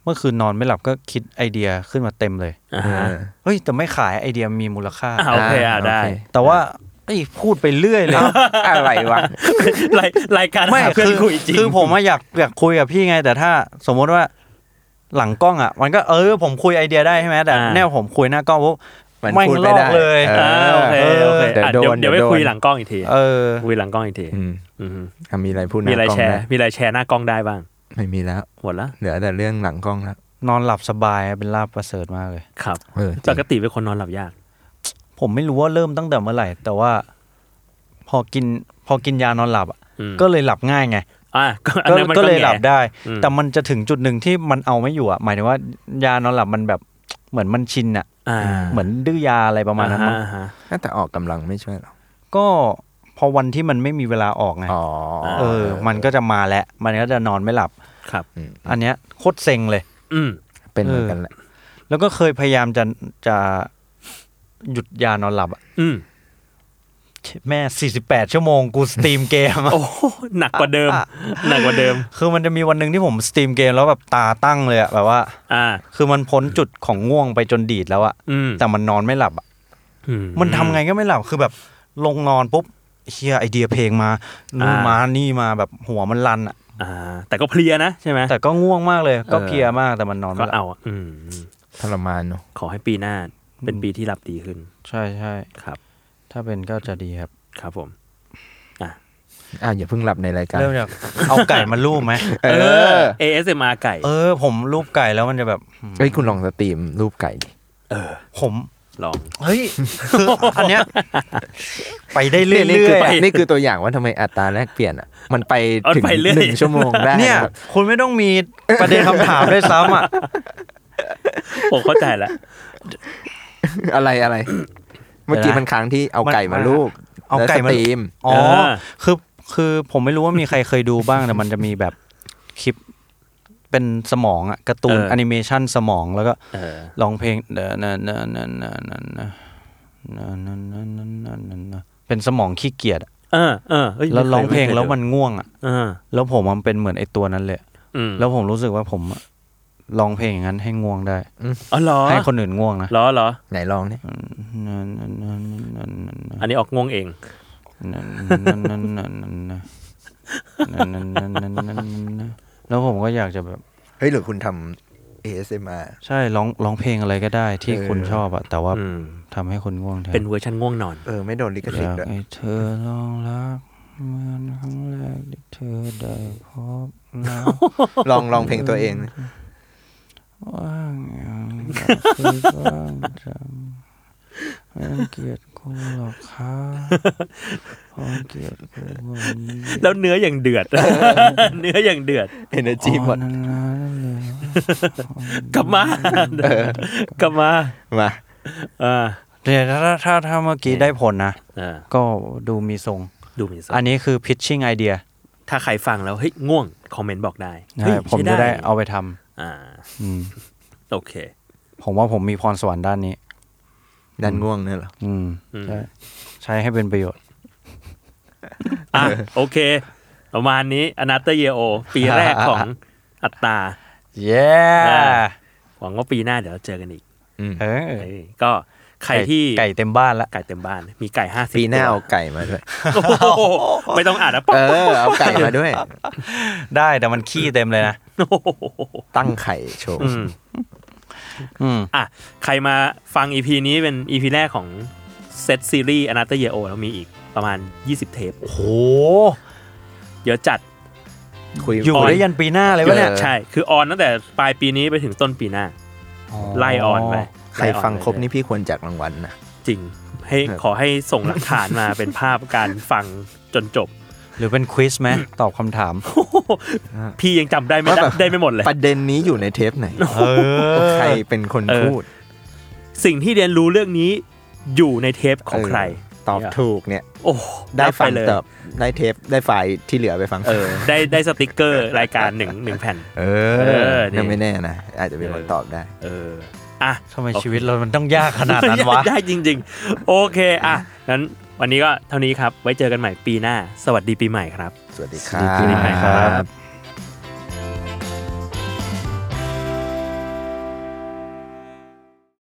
Speaker 2: เมื่อคืนนอนไม่หลับก็คิดไอเดียขึ้นมาเต็มเลย
Speaker 1: อ่า
Speaker 3: เออ
Speaker 2: เฮ้ย แต่ไม่ขายไอเดียมีมูลค่า
Speaker 1: อ่าโอเคอ่าได้
Speaker 2: แต่ว่าไอยพูดไปเรื่อยเลย
Speaker 3: อะไรวะ
Speaker 1: รายรายการ
Speaker 2: ไม่
Speaker 1: หาเพื่อน
Speaker 2: คือ
Speaker 1: คุยจริง
Speaker 2: คือผมอะอยากอยากคุยกับพี่ไง แต่ถ้าสมมติว่าหลังกล้องอ่ะ มันก็เออผมคุยไอเดียได้ใช่ไหมแต่แนวผมคุยหน้ากล้องปุ๊บ
Speaker 3: มัน
Speaker 2: แม่ง
Speaker 3: พูดไม่
Speaker 2: ล
Speaker 3: ได้
Speaker 2: อกเลย
Speaker 3: เอ
Speaker 1: อ่า
Speaker 3: อ
Speaker 1: โอเคโอเค
Speaker 3: เดี๋ยว
Speaker 1: อ่ะ
Speaker 3: โด
Speaker 1: เดี๋ยวน เดี๋ยวไป
Speaker 3: เดี๋ยวโดน
Speaker 1: คุยหลังกล้องอีกที
Speaker 2: เออ
Speaker 1: คุยหลังกล้องอีกที
Speaker 3: ม
Speaker 1: อืม
Speaker 3: อ่ะมีอะไรพูดหน้า
Speaker 1: มีอะไร
Speaker 3: กล้อง
Speaker 1: แช
Speaker 3: ไหม
Speaker 1: ร์ มีอะไรแชร์หน้ากล้องได้บ้าง
Speaker 3: ไม่มีแล้ว
Speaker 1: หมดละ
Speaker 3: เหลือแต่เรื่องหลังกล้องแล้ว
Speaker 2: นอนหลับสบายเป็นลาบประเสริฐมากเลย
Speaker 1: ครับ
Speaker 3: เออ
Speaker 1: ป
Speaker 3: จริง
Speaker 1: กติเป็นคนนอนหลับยาก
Speaker 2: ผมไม่รู้ว่าเริ่มตั้งแต่เมื่อไหร่ แต่ว่า พอกินพอกินยานอนหลับอะ
Speaker 1: อืม
Speaker 2: ก็เลยหลับง่ายไง
Speaker 1: อ่ะก็อัน
Speaker 2: ก็
Speaker 1: นั้นมัน
Speaker 2: ก็
Speaker 1: ก็
Speaker 2: เลยหลับ
Speaker 1: แง่
Speaker 2: ได้
Speaker 1: อืม
Speaker 2: แต่มันจะถึงจุดหนึ่งที่มันเอาไม่อยู่อ่ะ หมายถึงว่ายานอนหลับมันแบบเหมือนมันชินอ่ะ
Speaker 1: อ่า
Speaker 2: เหมือนดื้อยาอะไรประมาณนั้นมั้ง
Speaker 1: อ่ฮะ
Speaker 3: น่าแต่ออกกำลังไม่ช่วยหรอ
Speaker 2: ก็พอวันที่มันไม่มีเวลาออกไง
Speaker 3: อ๋อ
Speaker 2: เออ มันก็จะมาแหละ มันก็จะนอนไม่หลับ
Speaker 1: ครับ
Speaker 2: อันเนี้ยโคตรเซ็งเลย
Speaker 1: อืม
Speaker 3: เป็นเหมือนกันแหละ
Speaker 2: แล้วก็เคยพยายามจะจะหยุดยานอนหลับอะ
Speaker 1: อืม
Speaker 2: แม่ 48 ชั่วโมงกูสตรีมเกมอะ
Speaker 1: โอ้โหหนักกว่าเดิม หนักกว่าเดิม
Speaker 2: คือมันจะมีวันหนึ่งที่ผมสตรีมเกมแล้วแบบตาตั้งเลยอะแบบว่า
Speaker 1: อ่า
Speaker 2: คือมันพ้นจุดของง่วงไปจนดีดแล้วอะ
Speaker 1: อืม
Speaker 2: แต่มันนอนไม่หลับอะ
Speaker 1: อื
Speaker 2: มันทำไงก็ไม่หลับคือแบบลงนอนปุ๊บเฮียไอเดียเพลงมานู่นมานี่มาแบบหัวมันลันอ่ะ
Speaker 1: อ่า แต่ก็เพลียนะใช่ไหม
Speaker 2: แต่ก็ง่วงมากเลย ก็
Speaker 1: เออ
Speaker 2: เพลียมากแต่มันนอน
Speaker 1: ก็
Speaker 2: ไม่หลับ
Speaker 1: เอาอะอืม
Speaker 3: ทรมานเนาะ
Speaker 1: ขอให้ปีหน้าเป็นปีที่หลับดีขึ้น
Speaker 2: ใช่ใช่
Speaker 1: ครับ
Speaker 2: ถ้าเป็นก็จะดีครับ
Speaker 1: ครับผม
Speaker 3: อ้าวอย่าเพิ่งหลับในรายการ
Speaker 2: เริ่มจากเอาไก่มาลูบไหม
Speaker 3: เอ
Speaker 1: เอ
Speaker 3: อ
Speaker 1: อ ASMR ไก่
Speaker 2: เออ ผมรูปไก่แล้วมันจะแบบ
Speaker 3: เฮ้ยคุณลองสตรีมรูปไก่ดิ
Speaker 2: ผม
Speaker 1: ลอง
Speaker 2: เฮ้ยคืออันเนี้ยไปได้เรื่อย
Speaker 3: นี่คื
Speaker 2: ๆอะ
Speaker 3: นี่คือตัวอย่างว่าทำไมอัตราแลกเปลี่ยนอ่ะ มันไป
Speaker 1: เอา
Speaker 3: ถึง
Speaker 1: ไปเรื่อย
Speaker 3: หนึ่งชั่วโมงได้
Speaker 2: เนี่ย
Speaker 3: ครับ
Speaker 2: คุณไม่ต้องมีประเด็นคำถามด้วยซ้ำอ่ะ
Speaker 1: ผมเข้าใจแล้ว
Speaker 3: อะไรอะไร เมื่อกี้มันค้างที่เอาไก่มารูป
Speaker 2: เอา
Speaker 3: แล้ว
Speaker 2: ไก่มา
Speaker 3: สตรีม
Speaker 2: อ๋อ
Speaker 1: เออ
Speaker 2: คือคือผมไม่รู้ว่ามีใครเคยดูบ้าง แต่มันจะมีแบบคลิปเป็นสมองอะการ์ตูน
Speaker 1: เออ
Speaker 2: แอนิเมชันสมองแล้วก็
Speaker 1: เออ
Speaker 2: ร้องเพลงเดอะนะนะนะนะนะนะนะนะนะนะนะนะนะเป็นสมองขี้เกียจอะ
Speaker 1: เออเออเย
Speaker 2: แล้วร้องเพลง
Speaker 1: ไคย
Speaker 2: แล้วมันง่วงอะ
Speaker 1: เออ
Speaker 2: แล้วผมมันเป็นเหมือนไอตัวนั้นเลย
Speaker 1: อืม
Speaker 2: แล้วผมรู้สึกว่าผมอะร้องเพลงอย่างนั้นให้ง่วงได้
Speaker 1: อ๋อเหรอ
Speaker 2: ให้คนอื่นง่วงนะ
Speaker 1: เหรอเหรอ
Speaker 3: ไหนลองเนี่ย
Speaker 2: นะนะนะนะนะนะ
Speaker 1: อันนี้ออกงวงเอง
Speaker 2: แล้วผมก็อยากจะแบบ
Speaker 3: เฮ้ยหรือคุณทำ ASMR
Speaker 2: ใช่ร้องร้องเพลงอะไรก็ได้ที่คุณชอบอะแต่ว่า
Speaker 1: อืม
Speaker 2: ทำให้คนง่วงแทน
Speaker 1: เป็นเวอร์ชันง่วงนอน
Speaker 3: เออไม่โดนลิข
Speaker 2: อ
Speaker 3: สิท
Speaker 2: ยาก
Speaker 3: ธิ์ด้วย
Speaker 2: ให้เธอ ลองรักเหมือนครั้งแรกที่เธอได้พบแล้ว
Speaker 3: ลองลองเพลงตัวเองนะ
Speaker 2: ว่างอย่างแบบคือว่างจังไม่รังเกียจกูหรอกครับเพราะเกลียดกูว่านี้
Speaker 1: แล้วเนื้ออย่างเดือ ด เนื้ออย่างเดือด
Speaker 3: Energy หมด
Speaker 2: อ๋อนานๆเลยว่ะ
Speaker 1: กลับมา กลับมา
Speaker 3: มา
Speaker 1: เออ
Speaker 2: เดี๋ยวถ้าถ้าถ้าเมื่อกี้ได้ผลนะ
Speaker 1: เออ
Speaker 2: ก็ดูมีทรง
Speaker 1: ดูมีส
Speaker 2: อันนี้คือ pitching idea
Speaker 1: ถ้าใครฟังแล้ว เฮ้ย ง่วง คอมเมนต์บอกได้
Speaker 2: นะ
Speaker 1: เฮ้ย
Speaker 2: ฮะผม
Speaker 1: ใช้
Speaker 2: จะได้เอาไปท
Speaker 1: อ่า
Speaker 2: ำอืม
Speaker 1: โอเค
Speaker 2: ผมว่าผมมีพรสวรรค์ด้านนี้
Speaker 3: ดันง่วงเนี่ยเหรอ
Speaker 2: อืม
Speaker 1: อืม
Speaker 2: ใช่ใช้ให้เป็นประโยชน์
Speaker 1: อ่ะ โอเค ประมาณนี้อนาเตเยโอ ปีแรกของอัตตา
Speaker 2: เย้
Speaker 1: อ่า หวังว่าปีหน้าเดี๋ยวเราเจอกันอีก
Speaker 2: เออ
Speaker 1: เออก็ใครที่
Speaker 2: ไก่เต็มบ้านละ
Speaker 1: ไก่เต็มบ้าน มีไก่ห้าสิบ
Speaker 3: ปีหน้าเอาไก่มาด้วย
Speaker 1: ไม่ต้องอ่านนะ
Speaker 3: เออ เอาไก่มาด้วย
Speaker 2: ได้แต่มันขี้เต็มเลยนะ
Speaker 1: โอ้โห
Speaker 3: ตั้งไข่โชว์
Speaker 1: อืม
Speaker 2: อืม
Speaker 1: อ่ะ ใครมาฟัง EP นี้เป็น EP แรกของเซตซีรีส์อนาเตเยโอแล้วมีอีกประมาณ 20 เทป
Speaker 2: โห
Speaker 1: เยอะจัด
Speaker 3: คุย
Speaker 2: อยู่ได้ยันปีหน้าเลยวะเนี่ย
Speaker 3: ออ
Speaker 1: ใช่ คือออนตั้งแต่ปลายปีนี้ไปถึงต้นปีหน้า ไล่ออนไป
Speaker 3: ใคร
Speaker 1: ไล่ออน
Speaker 3: ฟังครบ
Speaker 1: ไป
Speaker 3: นี่พี่ควรจัดรางวัลนะ
Speaker 1: จริง ให้ขอให้ส่งหลักฐานมา เป็นภาพการฟังจนจบ
Speaker 2: หรือเป็นควิสไหมตอบคำถาม
Speaker 1: พี่ยังจำได้ไม่ได้
Speaker 3: ว่าแบบ
Speaker 1: ได้ไม่หมดเลย
Speaker 3: ประเด็นนี้อยู่ในเทปไหน
Speaker 2: เออ
Speaker 3: ใครเป็นคน
Speaker 1: เออ
Speaker 3: พูด
Speaker 1: สิ่งที่เรียนรู้เรื่องนี้อยู่ในเทปของใคร
Speaker 3: เอตอบถูกเนี่ย
Speaker 1: โอ้
Speaker 3: ได้
Speaker 1: รับป
Speaker 3: ฟัง
Speaker 1: เลย
Speaker 3: เติบได้เทปได้ไฟล์ที่เหลือไปฟัง
Speaker 1: เออ ได้ได้สติกเกอร์รายการหนึ่งหนึ่งแผ่น
Speaker 3: เอ
Speaker 1: เอ
Speaker 3: อ
Speaker 1: อนี่
Speaker 3: นั่นไม่แน่นะ อาจจะเป็นคนตอบได้
Speaker 1: เออ อ่ะ
Speaker 2: ทำไมชีวิตเรามันต้องยากขนาดนั้นวะ
Speaker 1: ยากจริง ๆ โอเค อ่ะ งั้นวันนี้ก็เท่านี้ครับ ไว้เจอกันใหม่ปีหน้า สวัสดีปีใหม่ครับ
Speaker 3: สวัสดีค
Speaker 2: สวัสดีปีใหม่ครั
Speaker 3: รับ บ